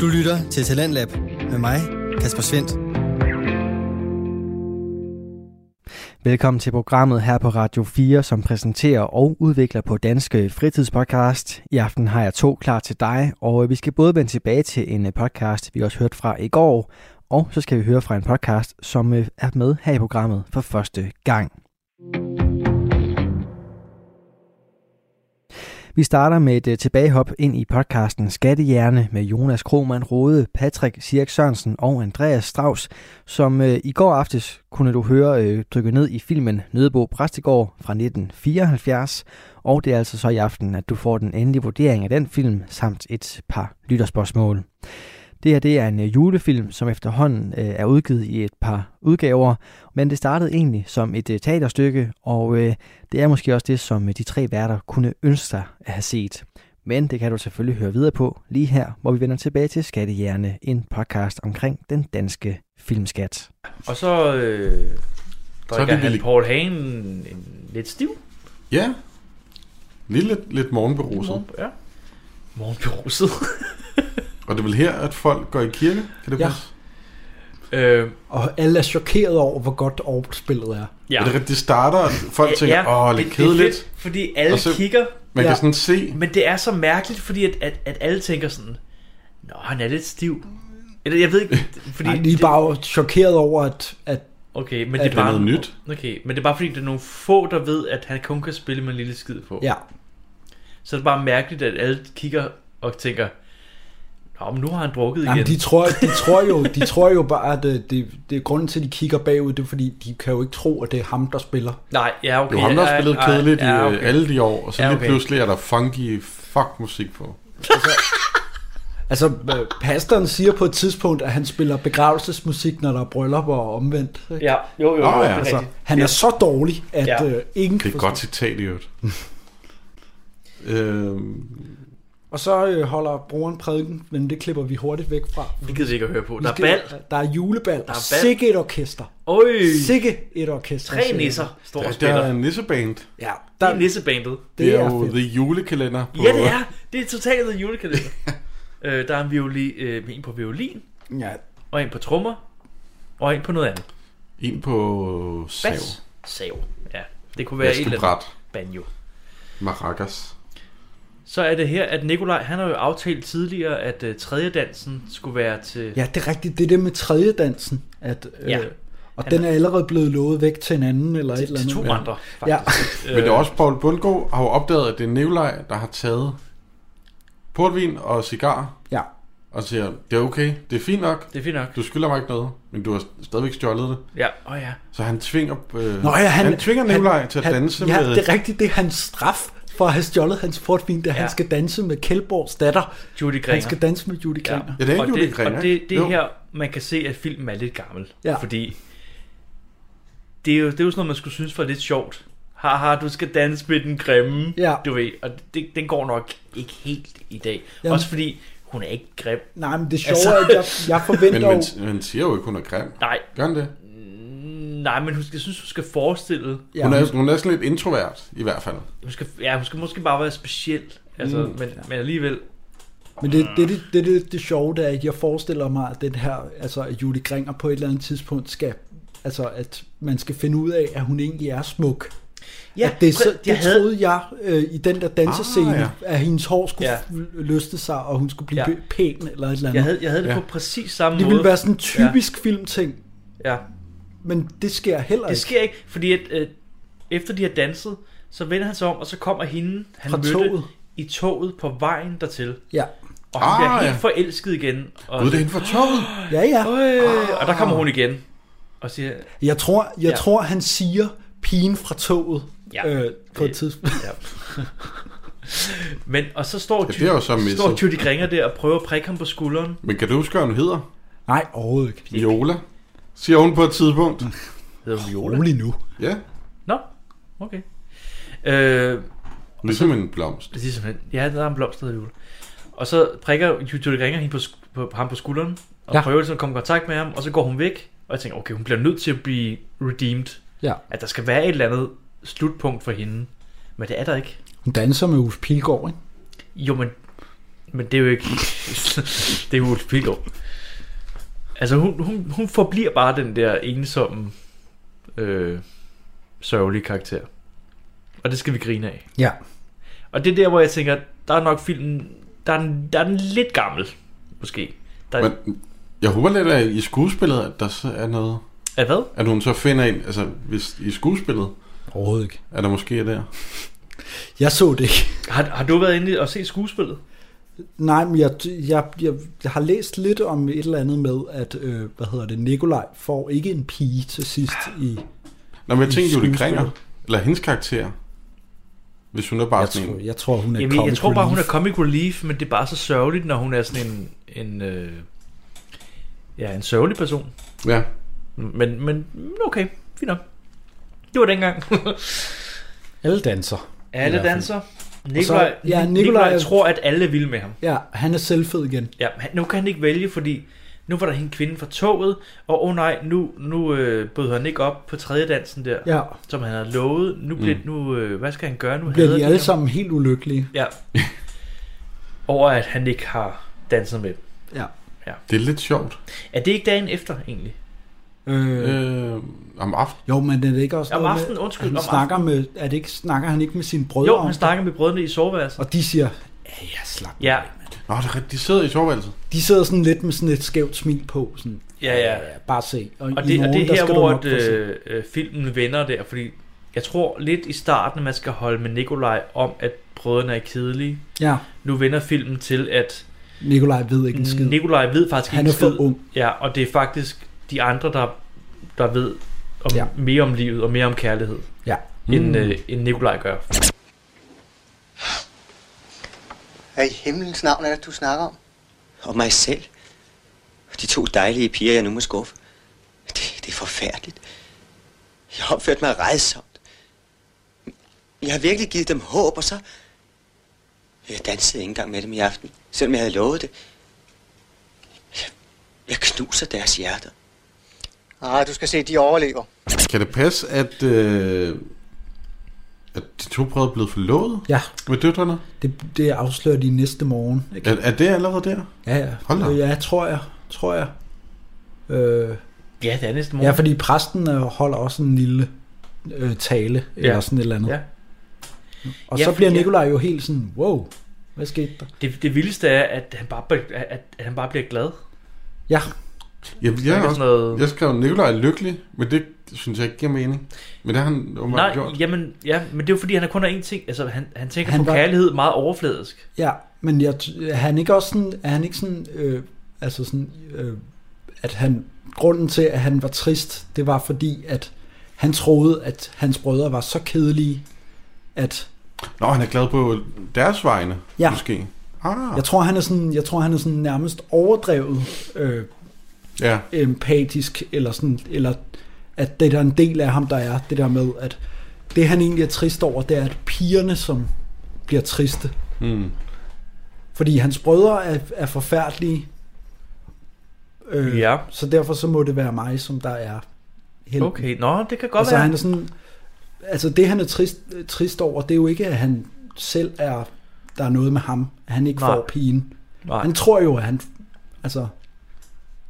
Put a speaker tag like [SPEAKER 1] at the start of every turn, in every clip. [SPEAKER 1] Du lytter til Talentlab med mig, Kasper Svendt. Velkommen til programmet her på Radio 4, som præsenterer og udvikler på Danske Fritidspodcast. I aften har jeg to klar til dig, og vi skal både vende tilbage til en øh, podcast, vi også hørte fra i går, og så skal vi høre fra en podcast, som øh, er med her i programmet for første gang. Vi starter med et øh, tilbagehop ind i podcasten Skattehjerne med Jonas Krohmann Rode, Patrick Sirk Sørensen og Andreas Strauss, som øh, i går aftes kunne du høre øh, dykke ned i filmen Nødebo Præstegård fra 1974, og det er altså så i aften, at du får den endelige vurdering af den film samt et par lytterspørgsmål. Det her det er en øh, julefilm, som efterhånden øh, er udgivet i et par udgaver, men det startede egentlig som et øh, teaterstykke, og øh, det er måske også det, som øh, de tre værter kunne ønske sig at have set. Men det kan du selvfølgelig høre videre på lige her, hvor vi vender tilbage til Skattehjerne, en podcast omkring den danske filmskat.
[SPEAKER 2] Og så øh, drikker
[SPEAKER 3] vi
[SPEAKER 2] så han
[SPEAKER 3] vel-
[SPEAKER 2] Paul Hagen en, lidt stiv.
[SPEAKER 3] Ja. Lige lidt, lidt morgenberuset.
[SPEAKER 2] Ja. Morgenberuset.
[SPEAKER 3] Og det er vel her, at folk går i kirke? Kan det
[SPEAKER 4] Ja.
[SPEAKER 3] passe?
[SPEAKER 2] øh,
[SPEAKER 4] Og alle er chokeret over, hvor godt Orb-spillet er.
[SPEAKER 3] Ja. Er det, rigtigt? det starter, og folk tænker, åh, ja, lidt
[SPEAKER 2] det er
[SPEAKER 3] kedeligt.
[SPEAKER 2] fedt, fordi alle
[SPEAKER 3] Og så-
[SPEAKER 2] kigger,
[SPEAKER 3] Man
[SPEAKER 4] Ja.
[SPEAKER 3] kan sådan se,
[SPEAKER 2] men det er så mærkeligt, fordi at, at, at alle tænker sådan, Nå, han er lidt stiv. Eller jeg ved ikke, fordi...
[SPEAKER 4] Nej, de er
[SPEAKER 2] det-
[SPEAKER 4] bare chokeret over, at, at
[SPEAKER 2] Okay, men
[SPEAKER 4] at
[SPEAKER 2] det er
[SPEAKER 4] det er
[SPEAKER 2] bare...
[SPEAKER 3] noget nyt.
[SPEAKER 2] Okay, men det er bare fordi, det er nogle få, der ved, at han kun kan spille med en lille skid på.
[SPEAKER 4] ja,
[SPEAKER 2] Så er det bare mærkeligt, at alle kigger og tænker, Nå, men nu har han drukket igen.
[SPEAKER 4] jamen, de, tror, de, tror jo, de tror jo bare, at øh, det, det, det er grunden til, at de kigger bagud, det er fordi, de kan jo ikke tro, at det er ham, der spiller.
[SPEAKER 2] Nej, ja, okay.
[SPEAKER 3] det var ham, der har spillet
[SPEAKER 2] ja, ja,
[SPEAKER 3] kedeligt
[SPEAKER 2] ja,
[SPEAKER 3] i
[SPEAKER 2] okay.
[SPEAKER 3] øh, alle de år, og så
[SPEAKER 2] Ja,
[SPEAKER 3] lige
[SPEAKER 2] okay.
[SPEAKER 3] pludselig er der funky fuck musik på.
[SPEAKER 4] Altså, øh, pastoren siger på et tidspunkt, at han spiller begravelsesmusik, når der er bryllup og omvendt. ikke?
[SPEAKER 2] Ja, jo, jo, jo,
[SPEAKER 3] Nå,
[SPEAKER 2] oh,
[SPEAKER 3] ja,
[SPEAKER 2] ja, altså.
[SPEAKER 4] Altså, han er så dårlig, at
[SPEAKER 2] Ja.
[SPEAKER 4] øh, ingen kan
[SPEAKER 3] Det er et
[SPEAKER 4] forstå-
[SPEAKER 3] godt citat i øvrigt. øhm,
[SPEAKER 4] Og så øh, holder broren prædiken, men det klipper vi hurtigt væk fra.
[SPEAKER 2] Det gider vi ikke at høre på. Der er
[SPEAKER 4] Skal-
[SPEAKER 2] bal.
[SPEAKER 4] Der er julebal. Der
[SPEAKER 2] bal.
[SPEAKER 4] er Sikke et orkester.
[SPEAKER 2] Øj,
[SPEAKER 4] Sikke et orkester.
[SPEAKER 2] tre nisser står og
[SPEAKER 3] der, der
[SPEAKER 2] spiller.
[SPEAKER 3] er en nisseband.
[SPEAKER 4] Ja,
[SPEAKER 2] Det
[SPEAKER 4] der,
[SPEAKER 2] er nissebandet.
[SPEAKER 3] Det er jo
[SPEAKER 4] fedt.
[SPEAKER 3] The Julekalender. På,
[SPEAKER 2] Ja, det er. Det er totalt en julekalender. øh, der er en, violi, øh, en på violin,
[SPEAKER 4] Ja,
[SPEAKER 2] og en på trommer, og en på noget andet.
[SPEAKER 3] En på sav.
[SPEAKER 2] Bas. Sav. Ja, det kunne være et eller andet
[SPEAKER 3] Vaskebræt.
[SPEAKER 2] banjo.
[SPEAKER 3] Maracas.
[SPEAKER 2] Så er det her, at Nikolaj, han har jo aftalt tidligere, at øh, tredje dansen skulle være til...
[SPEAKER 4] ja, det er rigtigt. Det er det med tredje dansen. At, øh,
[SPEAKER 2] Ja.
[SPEAKER 4] ja. Og
[SPEAKER 2] Han
[SPEAKER 4] den er allerede blevet lovet væk til en anden eller et
[SPEAKER 2] til,
[SPEAKER 4] eller
[SPEAKER 2] til
[SPEAKER 4] andet.
[SPEAKER 2] to
[SPEAKER 4] ja.
[SPEAKER 2] andre,
[SPEAKER 4] Ja.
[SPEAKER 2] faktisk. Øh, Ja.
[SPEAKER 3] Men det er også Paul Bundgaard har jo opdaget, at det er Nikolaj, der har taget portvin og cigar,
[SPEAKER 4] ja.
[SPEAKER 3] og siger, det er okay, det er fint nok,
[SPEAKER 2] Det er fint nok.
[SPEAKER 3] du skylder mig ikke noget, men du har stadigvæk stjålet det.
[SPEAKER 2] Ja, åh oh, ja.
[SPEAKER 3] Så han tvinger, øh,
[SPEAKER 4] Nå, ja, han,
[SPEAKER 3] han tvinger Nikolaj til at
[SPEAKER 4] han-
[SPEAKER 3] danse
[SPEAKER 4] ja,
[SPEAKER 3] med...
[SPEAKER 4] det er rigtigt. Det er hans straf for at have stjålet hans portvin, da ja.
[SPEAKER 2] Ja.
[SPEAKER 4] han skal danse med Kjeldborgs datter.
[SPEAKER 2] Judy
[SPEAKER 4] Han
[SPEAKER 2] Grener.
[SPEAKER 4] skal danse med Judy Kremer.
[SPEAKER 3] Ja, det er en
[SPEAKER 2] og det,
[SPEAKER 3] julegren,
[SPEAKER 2] og
[SPEAKER 3] ikke?
[SPEAKER 2] det, det er
[SPEAKER 3] Jo.
[SPEAKER 2] her, man kan se, at filmen er lidt gammel.
[SPEAKER 4] Ja.
[SPEAKER 2] Fordi det er, jo, det er jo sådan noget, man skulle synes var lidt sjovt. Haha, du skal danse med den grimme,
[SPEAKER 4] Ja.
[SPEAKER 2] du ved. Og det, den går nok ikke helt i dag. Jamen.
[SPEAKER 4] Jamen.
[SPEAKER 2] Også fordi hun er ikke grim.
[SPEAKER 4] Nej, men det sjove altså... er, at jeg, jeg
[SPEAKER 3] Men
[SPEAKER 4] forventer jo...
[SPEAKER 3] man, man siger jo ikke, hun er grim.
[SPEAKER 2] Nej, Mm,
[SPEAKER 3] Gør han det?
[SPEAKER 2] nej, men hun skal, jeg synes, hun skal forestille.
[SPEAKER 4] Ja,
[SPEAKER 3] Hun er, hun er sådan lidt introvert, i hvert fald.
[SPEAKER 2] Hun skal, ja, hun skal måske bare være speciel. Altså, mm, men, ja. men alligevel.
[SPEAKER 4] Men det, det, det, det, det, det sjove, det er, at jeg forestiller mig, at den her, altså at Julie Gringer på et eller andet tidspunkt skal, altså at man skal finde ud af, at hun egentlig er smuk. Ja, at det, er
[SPEAKER 2] præ-
[SPEAKER 4] så, det
[SPEAKER 2] jeg havde,
[SPEAKER 4] troede jeg øh, i den der dansescene,
[SPEAKER 3] Ah, ja.
[SPEAKER 4] ah, ja. at hendes hår skulle
[SPEAKER 2] Ja.
[SPEAKER 4] ja. løste sig, og hun skulle blive
[SPEAKER 2] Ja.
[SPEAKER 4] ja. pæn eller et eller andet.
[SPEAKER 2] jeg havde, jeg havde det
[SPEAKER 3] Ja.
[SPEAKER 2] på præcis samme
[SPEAKER 4] det
[SPEAKER 2] måde.
[SPEAKER 4] ville være sådan en typisk ja. filmting,
[SPEAKER 2] Ja.
[SPEAKER 4] men det sker heller
[SPEAKER 2] Det
[SPEAKER 4] ikke.
[SPEAKER 2] sker ikke, fordi at, øh, efter de har danset, så vender han sig om, og så kommer hende, han
[SPEAKER 4] Fra
[SPEAKER 2] mødte
[SPEAKER 4] toget.
[SPEAKER 2] i toget på vejen dertil.
[SPEAKER 4] Ja,
[SPEAKER 2] Og han ah, bliver
[SPEAKER 3] Ah,
[SPEAKER 2] helt
[SPEAKER 3] ja.
[SPEAKER 2] forelsket igen. Og,
[SPEAKER 3] Gud, det er Ah. hende for toget.
[SPEAKER 4] ja, ja.
[SPEAKER 2] øh, og der kommer hun igen og siger,
[SPEAKER 4] Jeg tror, jeg
[SPEAKER 2] Ja.
[SPEAKER 4] ja. tror han siger pigen fra toget
[SPEAKER 2] Ja.
[SPEAKER 4] øh, på
[SPEAKER 2] Det-
[SPEAKER 4] et tidspunkt.
[SPEAKER 2] ja. Men, og så står,
[SPEAKER 3] det er jo så misset.
[SPEAKER 2] står Judy Gringer der og prøver at prikke ham på skulderen.
[SPEAKER 3] Men kan du huske, hvad hun hedder?
[SPEAKER 4] Nej, overhovedet ikke.
[SPEAKER 3] Viola. Siger hun på et tidspunkt.
[SPEAKER 2] Hedder hun Viola?
[SPEAKER 4] Rolig nu.
[SPEAKER 3] Ja,
[SPEAKER 2] Nå, okay. Øh,
[SPEAKER 3] ligesom en blomst.
[SPEAKER 2] Det er simpelthen, ja, der er en blomst, der hedder Viola. Og så prikker Judy ringer hende på, sk- på, på, ham på skulderen, og ja.
[SPEAKER 4] Ja.
[SPEAKER 2] prøver ligesom at komme i kontakt med ham, og så går hun væk, og jeg tænker, okay, hun bliver nødt til at blive redeemed.
[SPEAKER 4] Ja.
[SPEAKER 2] At der skal være et eller andet slutpunkt for hende. Men det er der ikke.
[SPEAKER 4] Hun danser med Uffe Pilgaard, ikke?
[SPEAKER 2] Jo, men Men det er jo ikke... det er jo Ulf Pilgaard. Altså, hun, hun, hun forbliver bare den der ensomme, øh, sørgelige karakter. Og det skal vi grine af.
[SPEAKER 1] Ja.
[SPEAKER 2] Og det er der, hvor jeg tænker, der er nok filmen... Der er den, der er den lidt gammel, måske. Der, Men...
[SPEAKER 3] Men jeg håber lidt, at i skuespillet, at der så er noget...
[SPEAKER 2] Er hvad?
[SPEAKER 3] At hun så finder en... Altså, hvis i skuespillet,
[SPEAKER 4] Overhovedet ikke.
[SPEAKER 3] er der måske er der.
[SPEAKER 4] Jeg så det ikke.
[SPEAKER 2] Har, har du været inde og se skuespillet?
[SPEAKER 4] Nej, men jeg, jeg, jeg, jeg har læst lidt om et eller andet med, at, øh, hvad hedder det, Nikolaj får ikke en pige til sidst
[SPEAKER 3] Ah,
[SPEAKER 4] i...
[SPEAKER 3] Nå, men jeg
[SPEAKER 4] I
[SPEAKER 3] tænkte, Julie
[SPEAKER 4] skuespillet.
[SPEAKER 3] Kringer, eller hendes karakter, hvis hun er bare
[SPEAKER 4] Jeg
[SPEAKER 3] sådan
[SPEAKER 4] tror,
[SPEAKER 3] en...
[SPEAKER 4] jeg tror hun er
[SPEAKER 2] Jamen, jeg
[SPEAKER 4] comic
[SPEAKER 2] tror bare, hun er
[SPEAKER 4] relief.
[SPEAKER 2] comic relief, men det er bare så sørgeligt, når hun er sådan en... en øh, ja, en sørgelig person.
[SPEAKER 3] Ja,
[SPEAKER 2] Men, men okay, fint nok. Det var dengang.
[SPEAKER 4] Alle danser.
[SPEAKER 2] alle
[SPEAKER 4] I hvert fald.
[SPEAKER 2] danser. Nikolaj,
[SPEAKER 4] Og så- ja,
[SPEAKER 2] Nikolaj,
[SPEAKER 4] Nikolaj-
[SPEAKER 2] Nikolaj tror, at alle vil med ham.
[SPEAKER 4] Ja, han er selvfed igen.
[SPEAKER 2] Ja, han- nu kan han ikke vælge, fordi nu var der hende kvinde fra toget, og åh oh nej, nu, nu øh, bød han ikke op på tredje dansen der,
[SPEAKER 4] Ja,
[SPEAKER 2] som han havde lovet. Nu blev nu, øh, hvad skal han gøre nu?
[SPEAKER 4] nu bliver
[SPEAKER 2] hader
[SPEAKER 4] de alle
[SPEAKER 2] ham.
[SPEAKER 4] sammen helt ulykkelige.
[SPEAKER 2] Ja. Over at han ikke har danset med. dem.
[SPEAKER 4] Ja.
[SPEAKER 3] det er lidt sjovt.
[SPEAKER 2] Er det ikke dagen efter egentlig?
[SPEAKER 4] Øh,
[SPEAKER 3] Øh, om aftenen.
[SPEAKER 4] jo, men er det ikke også
[SPEAKER 2] Om
[SPEAKER 4] noget
[SPEAKER 2] aftenen,
[SPEAKER 4] med,
[SPEAKER 2] undskyld,
[SPEAKER 4] han
[SPEAKER 2] om
[SPEAKER 4] snakker med, er det ikke, snakker han ikke med sine brødre
[SPEAKER 2] Jo,
[SPEAKER 4] om
[SPEAKER 2] han
[SPEAKER 4] det?
[SPEAKER 2] snakker med brødrene i soveværelset.
[SPEAKER 4] Og de siger, ja, ja, slap nu
[SPEAKER 2] Ja,
[SPEAKER 4] af, mand."
[SPEAKER 3] Nå, det er rigtigt, de sidder i soveværelset.
[SPEAKER 4] De sidder sådan lidt med sådan et skævt smil på, sådan,
[SPEAKER 2] ja, ja.
[SPEAKER 4] bare se. Og,
[SPEAKER 2] Og
[SPEAKER 4] i
[SPEAKER 2] det, og det
[SPEAKER 4] morgen,
[SPEAKER 2] er
[SPEAKER 4] der
[SPEAKER 2] her,
[SPEAKER 4] skal
[SPEAKER 2] hvor
[SPEAKER 4] du nok
[SPEAKER 2] at,
[SPEAKER 4] få set-
[SPEAKER 2] øh, øh, filmen vender der, fordi jeg tror lidt i starten, at man skal holde med Nikolaj om, at brødrene er kedelige.
[SPEAKER 4] Ja,
[SPEAKER 2] Nu vender filmen til, at
[SPEAKER 4] Nikolaj ved ikke en skid.
[SPEAKER 2] Nikolaj ved faktisk
[SPEAKER 4] Han
[SPEAKER 2] ikke
[SPEAKER 4] er
[SPEAKER 2] en skid.
[SPEAKER 4] for ung.
[SPEAKER 2] Ja, og det er faktisk de andre, der, der ved om,
[SPEAKER 4] Ja.
[SPEAKER 2] ja. mere om livet og mere om kærlighed,
[SPEAKER 4] Ja.
[SPEAKER 2] mm. end, øh, end Nikolaj gør.
[SPEAKER 5] Hvad i himlens navn er det, du snakker om?
[SPEAKER 6] Og mig selv. De to dejlige piger, jeg nu må skuffe. Det, det er forfærdeligt. Jeg har opført mig redsomt. Jeg har virkelig givet dem håb, og så... Jeg dansede ikke engang med dem i aften, selvom jeg havde lovet det. Jeg, jeg knuser deres hjerter.
[SPEAKER 5] Ah, du skal se, de overlever.
[SPEAKER 3] Kan det passe, at, øh, at de to brødre er blevet forlovet
[SPEAKER 4] Ja,
[SPEAKER 3] med døtrene?
[SPEAKER 4] det, det afslører de næste morgen.
[SPEAKER 3] Er, er det allerede der?
[SPEAKER 4] Ja, ja.
[SPEAKER 3] Hold da op.
[SPEAKER 4] ja, tror jeg. Tror jeg. Øh,
[SPEAKER 2] Ja, det er næste morgen.
[SPEAKER 4] ja, fordi præsten øh, holder også en lille øh, tale, ja. eller sådan et eller andet.
[SPEAKER 2] Ja.
[SPEAKER 4] Og
[SPEAKER 2] Ja,
[SPEAKER 4] så
[SPEAKER 2] fordi-
[SPEAKER 4] bliver Nikolaj jo helt sådan, wow, hvad skete der?
[SPEAKER 2] Det, det vildeste er, at han bare, bliver- at, at han bare bliver glad.
[SPEAKER 4] Ja,
[SPEAKER 3] Jamen, jeg, er
[SPEAKER 2] Snakker
[SPEAKER 3] også,
[SPEAKER 2] sådan noget-
[SPEAKER 3] jeg skrev, at Nikolaj er lykkelig, men det synes jeg ikke giver mening. Men det har han åbenbart
[SPEAKER 2] Nej,
[SPEAKER 3] gjort.
[SPEAKER 2] jamen, ja, men det er jo fordi, han er kun af én ting. Altså, han, han tænker
[SPEAKER 4] Han
[SPEAKER 2] han på
[SPEAKER 4] var-
[SPEAKER 2] kærlighed meget overfladisk.
[SPEAKER 4] ja men jeg, t- er han ikke også sådan, er han ikke sådan, øh, altså sådan, øh, at han, grunden til, at han var trist, det var fordi, at han troede, at hans brødre var så kedelige, at
[SPEAKER 3] Nå, han er glad på deres vegne,
[SPEAKER 4] Ja.
[SPEAKER 3] ja. måske. Ah,
[SPEAKER 4] jeg tror, han er sådan, jeg tror, han er sådan nærmest overdrevet øh,
[SPEAKER 3] ja.
[SPEAKER 4] empatisk, eller sådan, eller at det der er en del af ham, der er det der med, at det han egentlig er trist over, det er, at pigerne, som bliver triste.
[SPEAKER 3] Mm.
[SPEAKER 4] Fordi hans brødre er, er forfærdelige. Øh,
[SPEAKER 2] Ja.
[SPEAKER 4] Så derfor så må det være mig, som der er helten.
[SPEAKER 2] Okay, nå, det kan godt
[SPEAKER 4] Altså,
[SPEAKER 2] være.
[SPEAKER 4] han er sådan, altså det han er trist, trist over, det er jo ikke, at han selv er, der er noget med ham. At han ikke
[SPEAKER 2] Nej.
[SPEAKER 4] får pigen.
[SPEAKER 2] Nej.
[SPEAKER 4] Han tror jo, at han... Altså,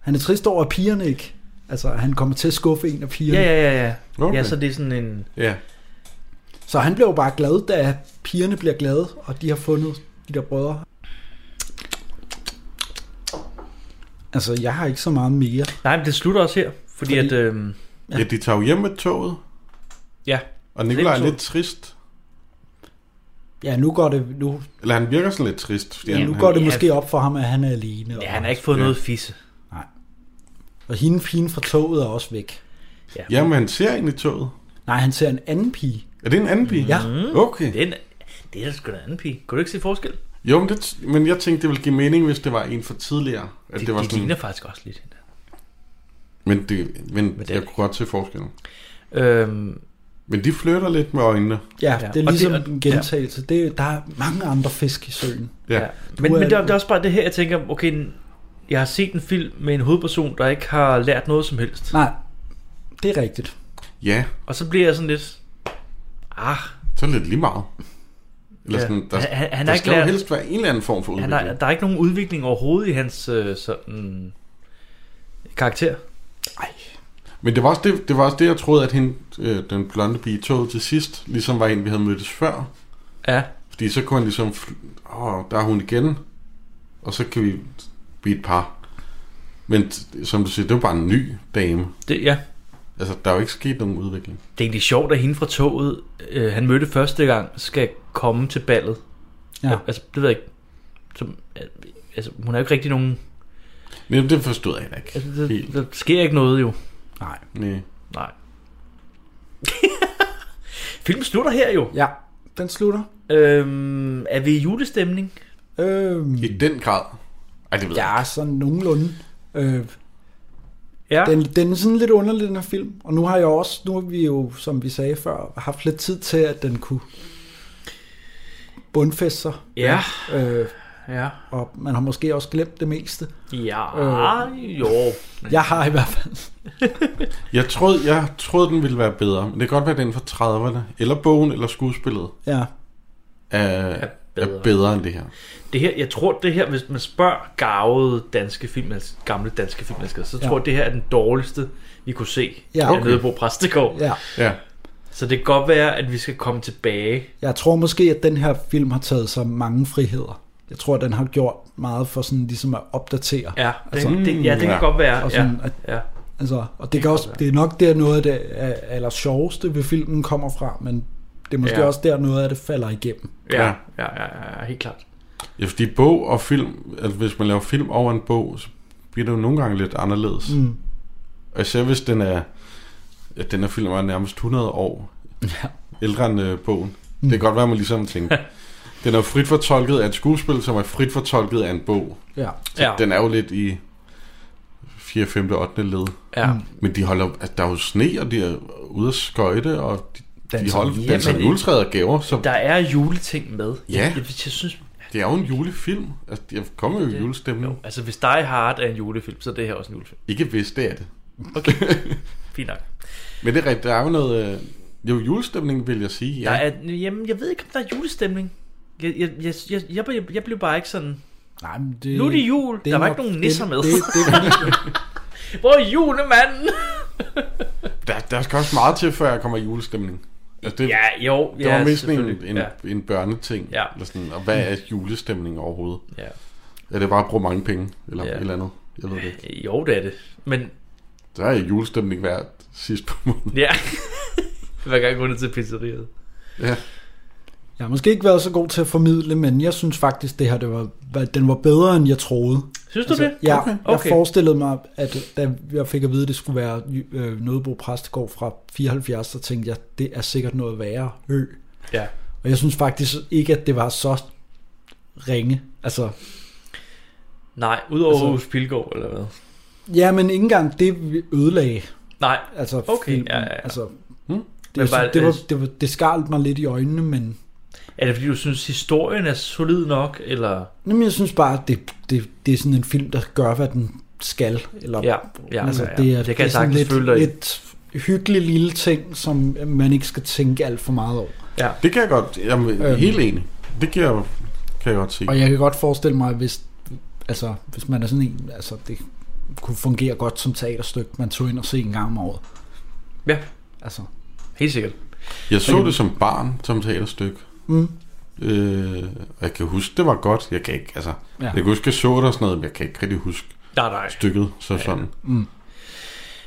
[SPEAKER 4] han er trist over, at pigerne ikke... Altså, han kommer til at skuffe en af pigerne.
[SPEAKER 2] Ja, ja, ja, ja.
[SPEAKER 3] Okay.
[SPEAKER 2] Ja, så det er sådan en...
[SPEAKER 3] Ja.
[SPEAKER 4] Så han bliver jo bare glad, da pigerne bliver glade, og de har fundet de der brødre. Altså, jeg har ikke så meget mere.
[SPEAKER 2] Nej, men det slutter også her, fordi, fordi... at... Øh,
[SPEAKER 3] ja, de tager jo hjem med toget,
[SPEAKER 2] ja,
[SPEAKER 3] og Nikolaj er
[SPEAKER 2] Lidt
[SPEAKER 3] lidt trist.
[SPEAKER 4] Ja, nu går det, nu,
[SPEAKER 3] Eller han virker sådan lidt trist. Fordi
[SPEAKER 2] Ja,
[SPEAKER 4] ja,
[SPEAKER 3] han,
[SPEAKER 4] nu går det
[SPEAKER 2] ja.
[SPEAKER 4] måske op for ham, at han er alene.
[SPEAKER 2] ja,
[SPEAKER 4] og-
[SPEAKER 2] han har ikke fået
[SPEAKER 3] Ja.
[SPEAKER 2] noget fisse.
[SPEAKER 4] Og hende pigen fra toget er også væk.
[SPEAKER 3] Han, jamen, han ser ind i toget.
[SPEAKER 4] Nej, han ser en anden pige.
[SPEAKER 3] Er det en anden pige?
[SPEAKER 4] Ja.
[SPEAKER 3] Okay.
[SPEAKER 2] Det er, en, det er da sgu da en anden pige. Kunne du ikke se forskel? Det,
[SPEAKER 3] Jo, men, det, men jeg tænkte, det ville give mening, hvis det var en for tidligere. At det,
[SPEAKER 2] det
[SPEAKER 3] var
[SPEAKER 2] de
[SPEAKER 3] sådan,
[SPEAKER 2] ligner faktisk også lidt hinanden.
[SPEAKER 3] Men, det, men
[SPEAKER 2] det er
[SPEAKER 3] jeg
[SPEAKER 2] det.
[SPEAKER 3] kunne godt se forskellen.
[SPEAKER 2] Øhm,
[SPEAKER 3] Men de flytter lidt med øjnene.
[SPEAKER 4] Ja,
[SPEAKER 2] Ja,
[SPEAKER 4] ja. det er
[SPEAKER 2] og
[SPEAKER 4] ligesom
[SPEAKER 2] det- og-
[SPEAKER 4] en gentagelse. Det, der er mange andre fisk i søen.
[SPEAKER 3] Ja.
[SPEAKER 2] ja.
[SPEAKER 3] ja.
[SPEAKER 2] Men,
[SPEAKER 4] Du er-
[SPEAKER 2] men det, er, det er også bare det her, jeg tænker, okay, jeg har set en film med en hovedperson, der ikke har lært noget som helst.
[SPEAKER 4] Nej, det er rigtigt.
[SPEAKER 3] Ja,
[SPEAKER 2] Og så bliver jeg sådan lidt... Ah,
[SPEAKER 3] så er det lidt lige meget. Eller
[SPEAKER 2] Ja.
[SPEAKER 3] sådan, der,
[SPEAKER 2] Han- han- han
[SPEAKER 3] der
[SPEAKER 2] er ikke
[SPEAKER 3] skal jo
[SPEAKER 2] lært-
[SPEAKER 3] helst være en eller anden form for
[SPEAKER 2] Han
[SPEAKER 3] udvikling.
[SPEAKER 2] er, der er ikke nogen udvikling overhovedet i hans øh, sådan, karakter.
[SPEAKER 3] Men det var, også det, det var også det, jeg troede, at hende, øh, den blonde pige i toget til sidst, ligesom var en, vi havde mødtes før.
[SPEAKER 2] Ja,
[SPEAKER 3] Fordi så kunne han ligesom, fl- åh, der er hun igen, og så kan vi blive et par. Men t- som du siger, det var bare en ny dame.
[SPEAKER 2] det, ja.
[SPEAKER 3] Altså, der er jo ikke sket nogen udvikling.
[SPEAKER 2] det er egentlig sjovt, at hende fra toget, øh, han mødte første gang, skal komme til ballet.
[SPEAKER 4] Ja.
[SPEAKER 2] Ja, altså, det ved jeg ikke. Som, øh, altså, hun har jo ikke rigtig nogen...
[SPEAKER 3] Men det forstod jeg heller ikke.
[SPEAKER 2] Altså, det,
[SPEAKER 3] Helt.
[SPEAKER 2] der sker ikke noget jo.
[SPEAKER 4] Nej.
[SPEAKER 3] Nej.
[SPEAKER 2] Nej. Filmen slutter her jo.
[SPEAKER 4] Ja, den slutter.
[SPEAKER 2] Øhm, er vi i julestemning?
[SPEAKER 4] Øhm,
[SPEAKER 3] I den grad. Ej, det ved jeg
[SPEAKER 4] ja, sådan nogenlunde. Øh,
[SPEAKER 2] Ja.
[SPEAKER 4] den, den er sådan lidt underlig, den her film. Og nu har jeg også, nu har vi jo, som vi sagde før, haft lidt tid til, at den kunne bundfæste sig.
[SPEAKER 2] Ja.
[SPEAKER 4] Øh,
[SPEAKER 2] Ja.
[SPEAKER 4] og man har måske også glemt det meste.
[SPEAKER 2] Ja,
[SPEAKER 4] Øh.
[SPEAKER 2] jo.
[SPEAKER 4] Jeg har i hvert fald.
[SPEAKER 3] ikke. Jeg troede, jeg troede, den ville være bedre. Men det kan godt være, at den fra 30'erne, eller bogen, eller skuespillet,
[SPEAKER 4] Ja,
[SPEAKER 3] er,
[SPEAKER 2] Er
[SPEAKER 3] er,
[SPEAKER 2] bedre.
[SPEAKER 3] er bedre end det her.
[SPEAKER 2] Det her, jeg tror det her, hvis man spørger gavede danske film, altså, gamle danske filmmennesker, så
[SPEAKER 4] Ja.
[SPEAKER 2] tror jeg, det her er den dårligste, vi kunne se
[SPEAKER 4] Ja.
[SPEAKER 2] af
[SPEAKER 4] Okay.
[SPEAKER 2] Nødebo Præstegård.
[SPEAKER 4] ja.
[SPEAKER 3] Ja.
[SPEAKER 2] Så det kan godt være, at vi skal komme tilbage.
[SPEAKER 4] Jeg tror måske, at den her film har taget sig mange friheder. Jeg tror, at den har gjort meget for sådan ligesom at opdatere.
[SPEAKER 2] Ja, det,
[SPEAKER 4] Altså,
[SPEAKER 2] altså, det, ja, det kan
[SPEAKER 3] ja.
[SPEAKER 2] godt være.
[SPEAKER 4] Og sådan,
[SPEAKER 2] ja,
[SPEAKER 4] at-
[SPEAKER 2] ja.
[SPEAKER 4] Altså, og det, kan også, det er nok der noget af det øh, aller sjoveste ved filmen kommer fra, men det er måske
[SPEAKER 2] Ja.
[SPEAKER 4] ja. også der noget af det falder igennem.
[SPEAKER 2] Ja,
[SPEAKER 3] Ja.
[SPEAKER 2] ja, ja, ja, helt klart.
[SPEAKER 3] Ja, fordi bog og film, altså hvis man laver film over en bog, så bliver det jo nogle gange lidt anderledes.
[SPEAKER 4] Mm.
[SPEAKER 3] Og især hvis den er, ja, den her film er nærmest 100 år
[SPEAKER 4] Ja.
[SPEAKER 3] ældre end øh, bogen.
[SPEAKER 2] Mm.
[SPEAKER 3] Det kan godt være, at man ligesom tænker, den er frit fortolket af et skuespil, som er frit fortolket af en bog.
[SPEAKER 4] Ja.
[SPEAKER 3] Så
[SPEAKER 2] Ja.
[SPEAKER 3] ja. den er jo lidt i 4., 5., 8. led.
[SPEAKER 2] Ja.
[SPEAKER 4] Mm.
[SPEAKER 3] Men de holder, altså, der er jo sne, og de er ude at skøjte, og de, de
[SPEAKER 4] Danser
[SPEAKER 3] holder
[SPEAKER 4] jule-
[SPEAKER 3] danser
[SPEAKER 2] Jamen,
[SPEAKER 3] juletræer og gaver. Så
[SPEAKER 2] Der er juleting med.
[SPEAKER 3] Ja.
[SPEAKER 2] Jeg, jeg, jeg synes,
[SPEAKER 3] det er jo en julefilm. Altså, de kommer jo i julestemning.
[SPEAKER 2] jo, altså hvis Die Hard er en julefilm, så er det her også en julefilm.
[SPEAKER 3] Ikke hvis det er det.
[SPEAKER 2] Okay, fint nok.
[SPEAKER 3] Men det er rigtigt, der er jo noget... øh, Jo, julestemning vil jeg sige,
[SPEAKER 2] Der
[SPEAKER 3] ja.
[SPEAKER 2] er, jamen, jeg ved ikke, om der er julestemning. Jeg, jeg, jeg, jeg, jeg, jeg, jeg blev bare ikke sådan...
[SPEAKER 4] Nej, men det,
[SPEAKER 2] Nu er det jul. Der var
[SPEAKER 4] nok-
[SPEAKER 2] ikke nogen nisser
[SPEAKER 4] det,
[SPEAKER 2] med.
[SPEAKER 4] Det, det, er fordi,
[SPEAKER 2] Hvor er julemanden?
[SPEAKER 3] Der, der skal også meget til, før jeg kommer i julestemning. Altså, det,
[SPEAKER 2] Ja, jo.
[SPEAKER 3] det
[SPEAKER 2] ja,
[SPEAKER 3] var mest en,
[SPEAKER 2] selvfølgelig.
[SPEAKER 3] en,
[SPEAKER 2] Ja.
[SPEAKER 3] ja. en børneting.
[SPEAKER 2] Ja.
[SPEAKER 3] Eller sådan, og hvad er julestemning overhovedet?
[SPEAKER 2] ja.
[SPEAKER 3] Er det bare at bruge mange penge? Eller
[SPEAKER 2] Ja.
[SPEAKER 3] ja. et eller andet? Jeg ved det ikke.
[SPEAKER 2] Jo, det er det. Men
[SPEAKER 3] Der er julestemning hver sidst på måneden.
[SPEAKER 2] ja, hver gang går ned til pizzeriet.
[SPEAKER 3] Ja.
[SPEAKER 4] jeg har måske ikke været så god til at formidle, men jeg synes faktisk, det her det var, var- den var bedre, end jeg troede.
[SPEAKER 2] Synes du det?
[SPEAKER 4] Ja,
[SPEAKER 2] Okay.
[SPEAKER 4] okay.
[SPEAKER 2] Okay.
[SPEAKER 4] Altså, jeg forestillede mig, at da jeg fik at vide, at det skulle være øh, Nødebo Præstegård fra 74, så tænkte jeg, det er sikkert noget værre ø.
[SPEAKER 2] Ja.
[SPEAKER 4] Og jeg synes faktisk ikke, at det var så ringe. Altså,
[SPEAKER 2] Nej, udover altså,
[SPEAKER 4] Altså-
[SPEAKER 2] Aarhus Pilgaard, eller hvad?
[SPEAKER 4] ja, men ikke engang det ødelagde
[SPEAKER 2] Nej,
[SPEAKER 4] altså
[SPEAKER 2] Okay,
[SPEAKER 4] filmen.
[SPEAKER 2] ja, ja, ja.
[SPEAKER 4] Altså,
[SPEAKER 3] Men
[SPEAKER 4] det, var,
[SPEAKER 2] bare-
[SPEAKER 4] sådan- det, var, det, var, det skarlte mig lidt i øjnene, men
[SPEAKER 2] er det fordi, du synes, historien er solid nok, eller...
[SPEAKER 4] jamen, jeg synes bare, at det, det, det er sådan en film, der gør, hvad den skal. Eller,
[SPEAKER 2] Ja, ja,
[SPEAKER 4] altså,
[SPEAKER 2] ja, ja.
[SPEAKER 4] Det, er,
[SPEAKER 2] Det kan
[SPEAKER 4] det er
[SPEAKER 2] jeg
[SPEAKER 4] sådan
[SPEAKER 2] sagtens
[SPEAKER 4] lidt,
[SPEAKER 2] følge dig i.
[SPEAKER 4] lidt hyggelig lille ting, som man ikke skal tænke alt for meget over.
[SPEAKER 3] Det kan jeg godt... Jamen,
[SPEAKER 4] Øhm.
[SPEAKER 3] øhm. helt enig. Det kan jeg, kan jeg godt se.
[SPEAKER 4] Og jeg kan godt forestille mig, hvis, altså, hvis man er sådan en, altså det kunne fungere godt som teaterstykke, man tog ind og se en gang om året.
[SPEAKER 2] Ja,
[SPEAKER 4] Altså,
[SPEAKER 2] helt sikkert.
[SPEAKER 3] Jeg så det som barn, som teaterstykke.
[SPEAKER 4] Mm.
[SPEAKER 3] Øh, og jeg kan huske, det var godt. Jeg kan ikke, altså... Ja.
[SPEAKER 4] Ja.
[SPEAKER 3] Jeg kan huske, jeg så det og sådan noget, men jeg kan ikke rigtig huske
[SPEAKER 2] Nej, nej.
[SPEAKER 3] stykket. Så sådan.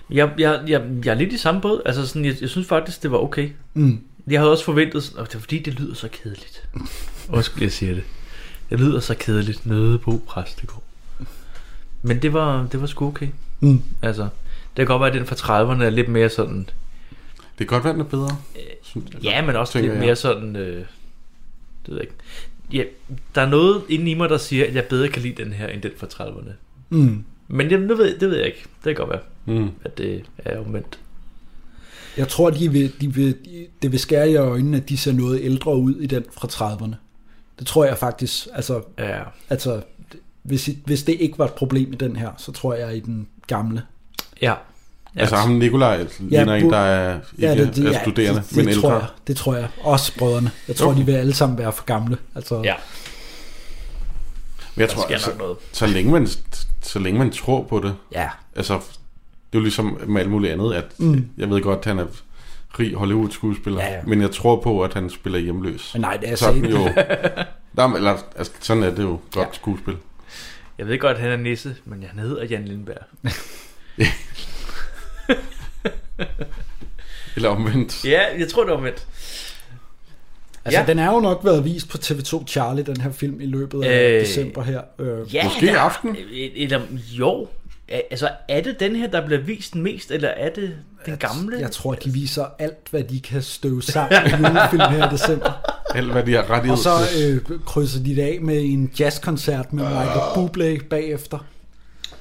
[SPEAKER 2] Jeg, jeg, jeg, jeg er lidt i samme båd. Altså, sådan, jeg, jeg synes faktisk, det var okay.
[SPEAKER 4] mm.
[SPEAKER 2] Jeg havde også forventet... Sådan, "Åh, det er fordi, det lyder så kedeligt. Undskyld, jeg siger det. Det lyder så kedeligt. Nødebo Præstegård. Men det var, det var sgu okay.
[SPEAKER 4] Mm.
[SPEAKER 2] Altså, det kan godt være, at den fra 30'erne er lidt mere sådan...
[SPEAKER 3] Det kan godt være, den er bedre. Synes jeg.
[SPEAKER 2] Ja, men også
[SPEAKER 3] Altså, tænker
[SPEAKER 2] lidt
[SPEAKER 3] jeg.
[SPEAKER 2] mere sådan... Øh, det ved jeg ikke. Ja, der er noget inde i mig, der siger, at jeg bedre kan lide den her, end den fra 30'erne.
[SPEAKER 4] Mm.
[SPEAKER 2] Men jamen, det, ved, det ved jeg ikke. Det kan godt være,
[SPEAKER 3] Mm.
[SPEAKER 2] at det er omvendt.
[SPEAKER 4] Jeg tror, de vil, de vil, de, det vil skære i øjnene, at de ser noget ældre ud i den fra 30'erne. Det tror jeg faktisk, altså,
[SPEAKER 2] Ja,
[SPEAKER 4] altså hvis, hvis det ikke var et problem i den her, så tror jeg i den gamle,
[SPEAKER 2] ja.
[SPEAKER 3] Ja, altså ham Nikolaj ligner ja,
[SPEAKER 4] du-
[SPEAKER 3] en, der er, ikke ja, det, det, er studerende,
[SPEAKER 4] det,
[SPEAKER 3] men
[SPEAKER 4] det
[SPEAKER 3] ældre.
[SPEAKER 4] tror jeg, det tror jeg. Også brødrene. Jeg tror,
[SPEAKER 3] Okay.
[SPEAKER 4] de vil alle sammen være for gamle. Altså,
[SPEAKER 2] Ja,
[SPEAKER 3] Men jeg
[SPEAKER 2] der
[SPEAKER 3] tror,
[SPEAKER 2] sker nok
[SPEAKER 3] altså,
[SPEAKER 2] noget.
[SPEAKER 3] så, længe man, så længe man tror på det,
[SPEAKER 4] ja.
[SPEAKER 3] altså, det er jo ligesom med alt muligt andet, at
[SPEAKER 4] Mm.
[SPEAKER 3] mm. jeg ved godt, at han er rig Hollywood-skuespiller,
[SPEAKER 4] Ja, ja.
[SPEAKER 3] men jeg tror på, at han spiller hjemløs.
[SPEAKER 4] Men nej, det er altså-
[SPEAKER 3] Så er den
[SPEAKER 4] sådan
[SPEAKER 3] jo... Nej, men, eller, altså, sådan er det jo godt
[SPEAKER 4] Ja.
[SPEAKER 3] ja. skuespil.
[SPEAKER 2] Jeg ved godt, at han er Nisse, men han hedder Jan Lindberg.
[SPEAKER 3] Eller omvendt.
[SPEAKER 2] Ja, jeg tror, det var omvendt.
[SPEAKER 4] Altså, ja.
[SPEAKER 2] Ja.
[SPEAKER 4] den er jo nok været vist på TV2 Charlie, den her film, i løbet af øh,
[SPEAKER 2] Øh,
[SPEAKER 4] december her. Øh,
[SPEAKER 2] Ja,
[SPEAKER 3] Måske i
[SPEAKER 2] der-
[SPEAKER 3] aften?
[SPEAKER 2] Eller, jo. Altså, er det den her, der bliver vist mest, eller er det den gamle?
[SPEAKER 4] Jeg tror, de viser alt, hvad de kan støve sammen i julefilm her i december.
[SPEAKER 3] Alt hvad de har rettighed
[SPEAKER 4] Og så
[SPEAKER 3] til.
[SPEAKER 4] øh, krydser de det af med en jazzkoncert med Michael Bublé bagefter.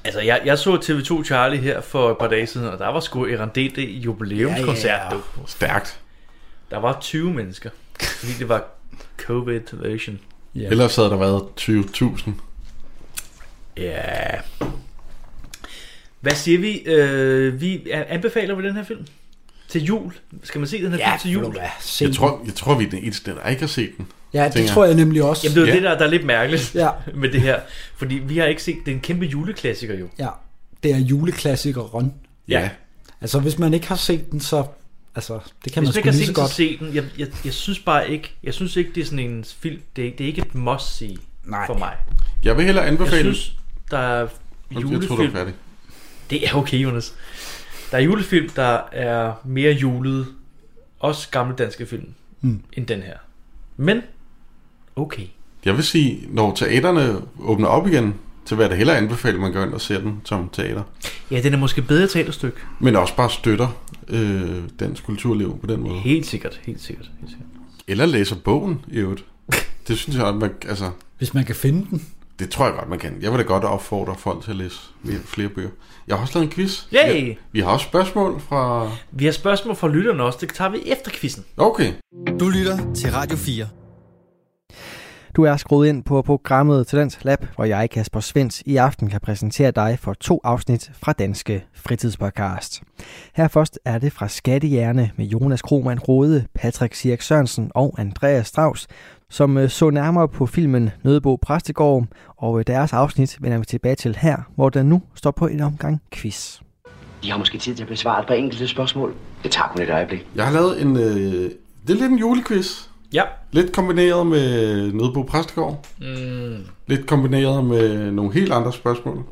[SPEAKER 2] Altså, jeg, jeg så TV2 Charlie her for et par dage siden, og der var sgu Erendete i jubilæumskoncert.
[SPEAKER 4] Ja,
[SPEAKER 2] Ja,
[SPEAKER 4] ja.
[SPEAKER 2] ja.
[SPEAKER 3] Stærkt.
[SPEAKER 2] Der var 20 mennesker, fordi det var covid-version.
[SPEAKER 4] Ja.
[SPEAKER 3] Ellers havde der været 20.000.
[SPEAKER 2] Ja. Hvad siger vi? Øh, vi anbefaler vi den her film? Til jul? Skal man se den her film til jul?
[SPEAKER 3] Jeg tror, jeg tror vi er den eneste, der ikke har set den.
[SPEAKER 4] ja, det
[SPEAKER 3] tænker
[SPEAKER 4] tror jeg nemlig også.
[SPEAKER 2] Jamen, det er jo
[SPEAKER 3] Ja.
[SPEAKER 2] det, der, der er lidt mærkeligt
[SPEAKER 4] Ja,
[SPEAKER 2] med det her. Fordi vi har ikke set... Det er en kæmpe juleklassiker jo.
[SPEAKER 4] ja. Det er juleklassikeren.
[SPEAKER 2] Ja.
[SPEAKER 4] Altså, hvis man ikke har set den, så... Altså, det kan
[SPEAKER 2] Hvis
[SPEAKER 4] man
[SPEAKER 2] man
[SPEAKER 4] sgu
[SPEAKER 2] ikke har set
[SPEAKER 4] lige så
[SPEAKER 2] den, så
[SPEAKER 4] godt.
[SPEAKER 2] se den. Jeg, jeg, jeg synes bare ikke... Jeg synes ikke, det er sådan en film... Det er, det er ikke et must-see
[SPEAKER 4] Nej.
[SPEAKER 2] for mig.
[SPEAKER 3] Jeg vil hellere
[SPEAKER 2] Jeg
[SPEAKER 3] anbefale...
[SPEAKER 2] synes, der er
[SPEAKER 3] Hold- jeg tror, du er
[SPEAKER 2] julefilm...
[SPEAKER 3] færdig.
[SPEAKER 2] Det er okay, Jonas. Der er julefilm, der er mere julede. Også gamle danske film.
[SPEAKER 4] Mm.
[SPEAKER 2] End den her. Men... Okay.
[SPEAKER 3] Jeg vil sige, når teaterne åbner op igen, så vil jeg da hellere anbefale, at man går ind og ser den som teater.
[SPEAKER 2] Ja, den er måske bedre teaterstykke.
[SPEAKER 3] Men også bare støtter øh, dansk kulturliv på den måde.
[SPEAKER 2] Helt sikkert, helt sikkert, helt sikkert.
[SPEAKER 3] Eller læser bogen i øvrigt. Det synes jeg, at man, altså,
[SPEAKER 4] Hvis man kan finde den.
[SPEAKER 3] det tror jeg godt, man kan. Jeg vil da godt opfordre folk til at læse flere bøger. Jeg har også lavet en quiz.
[SPEAKER 2] Hmm. Yay!
[SPEAKER 3] Ja, vi har også spørgsmål fra...
[SPEAKER 2] Vi har spørgsmål fra lytterne også. Det tager vi efter quizzen.
[SPEAKER 3] Okay.
[SPEAKER 1] Du lytter til Radio 4. Du er skruet ind på programmet Talents Lab, hvor jeg, Kasper Svens, i aften kan præsentere dig for to afsnit fra Danske Fritidspodcast. Her først er det fra Skattehjerne med Jonas Krohmann Rode, Patrick Sirk Sørensen og Andreas Strauss, som øh, så nærmere på filmen Nødebo Præstegård, og øh, deres afsnit vender vi tilbage til her, hvor der nu står på en omgang quiz.
[SPEAKER 7] De har måske tid til at besvare et par enkelte spørgsmål. Det tager kun et øjeblik.
[SPEAKER 3] Jeg har lavet en... Øh, det er lidt en julequiz.
[SPEAKER 2] Ja.
[SPEAKER 3] Lidt kombineret med Nødbo Præstegård.
[SPEAKER 2] Mm.
[SPEAKER 3] Lidt kombineret med nogle helt andre spørgsmål.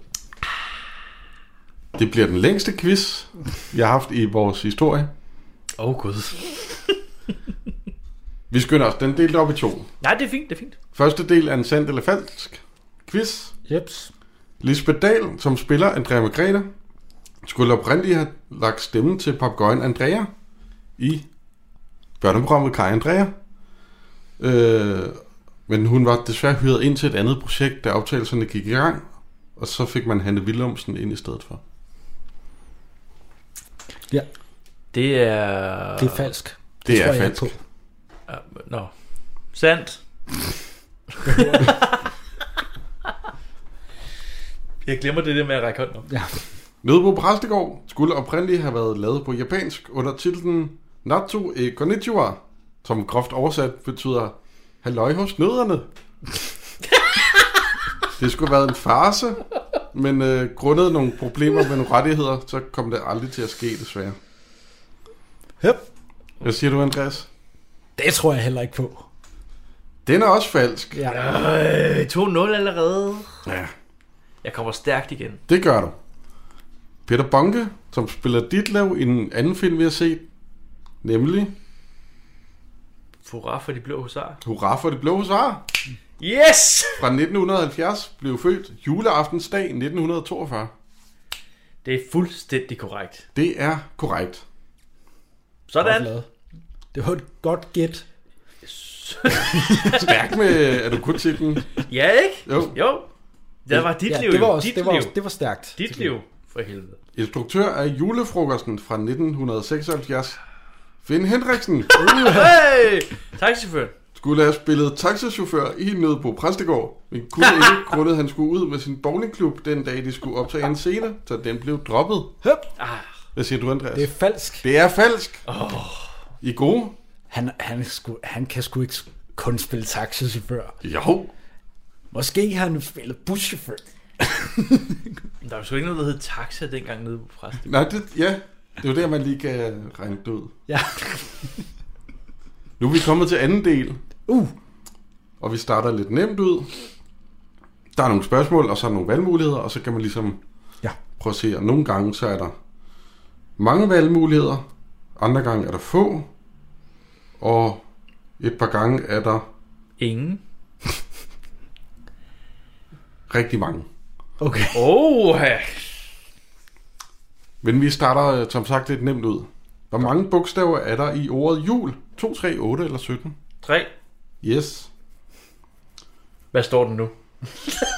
[SPEAKER 3] Det bliver den længste quiz, vi har haft i vores historie.
[SPEAKER 2] Åh oh, gud.
[SPEAKER 3] Vi skynder os. Den er delt op i to.
[SPEAKER 2] Nej, det er fint, det er fint.
[SPEAKER 3] Første del er en sandt eller falsk quiz.
[SPEAKER 4] Jeps.
[SPEAKER 3] Lisbeth Dahl, som spiller Andrea Margrethe, skulle oprindeligt have lagt stemmen til papegøjen Andrea i børneprogrammet Kai Andrea. Øh, men hun var desværre hyret ind til et andet projekt, da optagelserne gik i gang, og så fik man Hanne Willumsen ind i stedet for.
[SPEAKER 4] Ja,
[SPEAKER 2] Det er...
[SPEAKER 4] det er falsk.
[SPEAKER 3] Det, det
[SPEAKER 4] tror
[SPEAKER 3] er
[SPEAKER 4] jeg
[SPEAKER 3] falsk.
[SPEAKER 4] på.
[SPEAKER 2] Uh, Nå. Sandt. jeg glemmer det der med at række hånden op.
[SPEAKER 3] Nødbo Præstegård skulle oprindeligt have været lavet på japansk under titlen Natto e Konnichiwa, som groft oversat betyder Halløj hos nødderne. det skulle have været en farse, men øh, grundet nogle problemer med nogle rettigheder, så kom det aldrig til at ske desværre.
[SPEAKER 4] Yep.
[SPEAKER 3] Hvad siger du, Andreas?
[SPEAKER 4] Det tror jeg heller ikke på.
[SPEAKER 3] Den er også falsk.
[SPEAKER 4] Ja.
[SPEAKER 2] Øh, 2-0 allerede.
[SPEAKER 3] Ja.
[SPEAKER 2] Jeg kommer stærkt igen.
[SPEAKER 3] Det gør du. Peter Bonke, som spiller Ditlev i en anden film, vi har set, nemlig
[SPEAKER 2] Hurra for de blå husarer.
[SPEAKER 3] Hurra for det blå hussar.
[SPEAKER 2] Yes!
[SPEAKER 3] Fra 1970 blev født juleaftensdag 1942.
[SPEAKER 2] Det er fuldstændig korrekt.
[SPEAKER 3] Det er korrekt.
[SPEAKER 2] Sådan.
[SPEAKER 4] Godt lavet. Det var et godt gæt.
[SPEAKER 3] Stærk med, er du kun til den?
[SPEAKER 2] Ja, ikke?
[SPEAKER 3] Jo.
[SPEAKER 2] Jo. Det var dit liv,
[SPEAKER 4] det var
[SPEAKER 2] jo.
[SPEAKER 4] også,
[SPEAKER 2] dit
[SPEAKER 4] det var,
[SPEAKER 2] liv.
[SPEAKER 4] også, det var stærkt.
[SPEAKER 2] Dit liv, for helvede.
[SPEAKER 3] Instruktør af julefrokosten fra 1976. Finn Henriksen
[SPEAKER 2] Hey! Taxichaufføren.
[SPEAKER 3] skulle have spillet taxachauffør i Nødebo Præstegård, men kunne ikke grundet, han skulle ud med sin bowlingklub den dag, de skulle optage en scene, så den blev droppet.
[SPEAKER 2] Ah,
[SPEAKER 3] Hvad siger du, Andreas?
[SPEAKER 4] Det er falsk.
[SPEAKER 3] det er falsk. Oh. I er gode?
[SPEAKER 4] Han, han, sku, han kan sgu ikke kun spille taxichauffør.
[SPEAKER 3] Jo.
[SPEAKER 4] Måske har han spillet buschauffør.
[SPEAKER 2] Der var sgu ikke noget, der hed taxa dengang nede på præsten.
[SPEAKER 3] Nej, det, ja. Det er jo der, man lige kan regne det ud.
[SPEAKER 4] Ja.
[SPEAKER 3] Nu er vi kommet til anden del,
[SPEAKER 4] Uh,
[SPEAKER 3] og vi starter lidt nemt ud. Der er nogle spørgsmål, og så er der nogle valgmuligheder, og så kan man ligesom
[SPEAKER 4] Ja.
[SPEAKER 3] prøve at se, og nogle gange så er der mange valgmuligheder, andre gange er der få, og et par gange er der
[SPEAKER 2] Ingen.
[SPEAKER 3] rigtig mange.
[SPEAKER 4] okay.
[SPEAKER 2] Åh, ja.
[SPEAKER 3] Men vi starter øh, som sagt lidt nemt ud. Hvor mange bogstaver er der i ordet jul? 2, 3, 8 eller 17?
[SPEAKER 2] Tre.
[SPEAKER 3] Yes.
[SPEAKER 2] Hvad står den nu?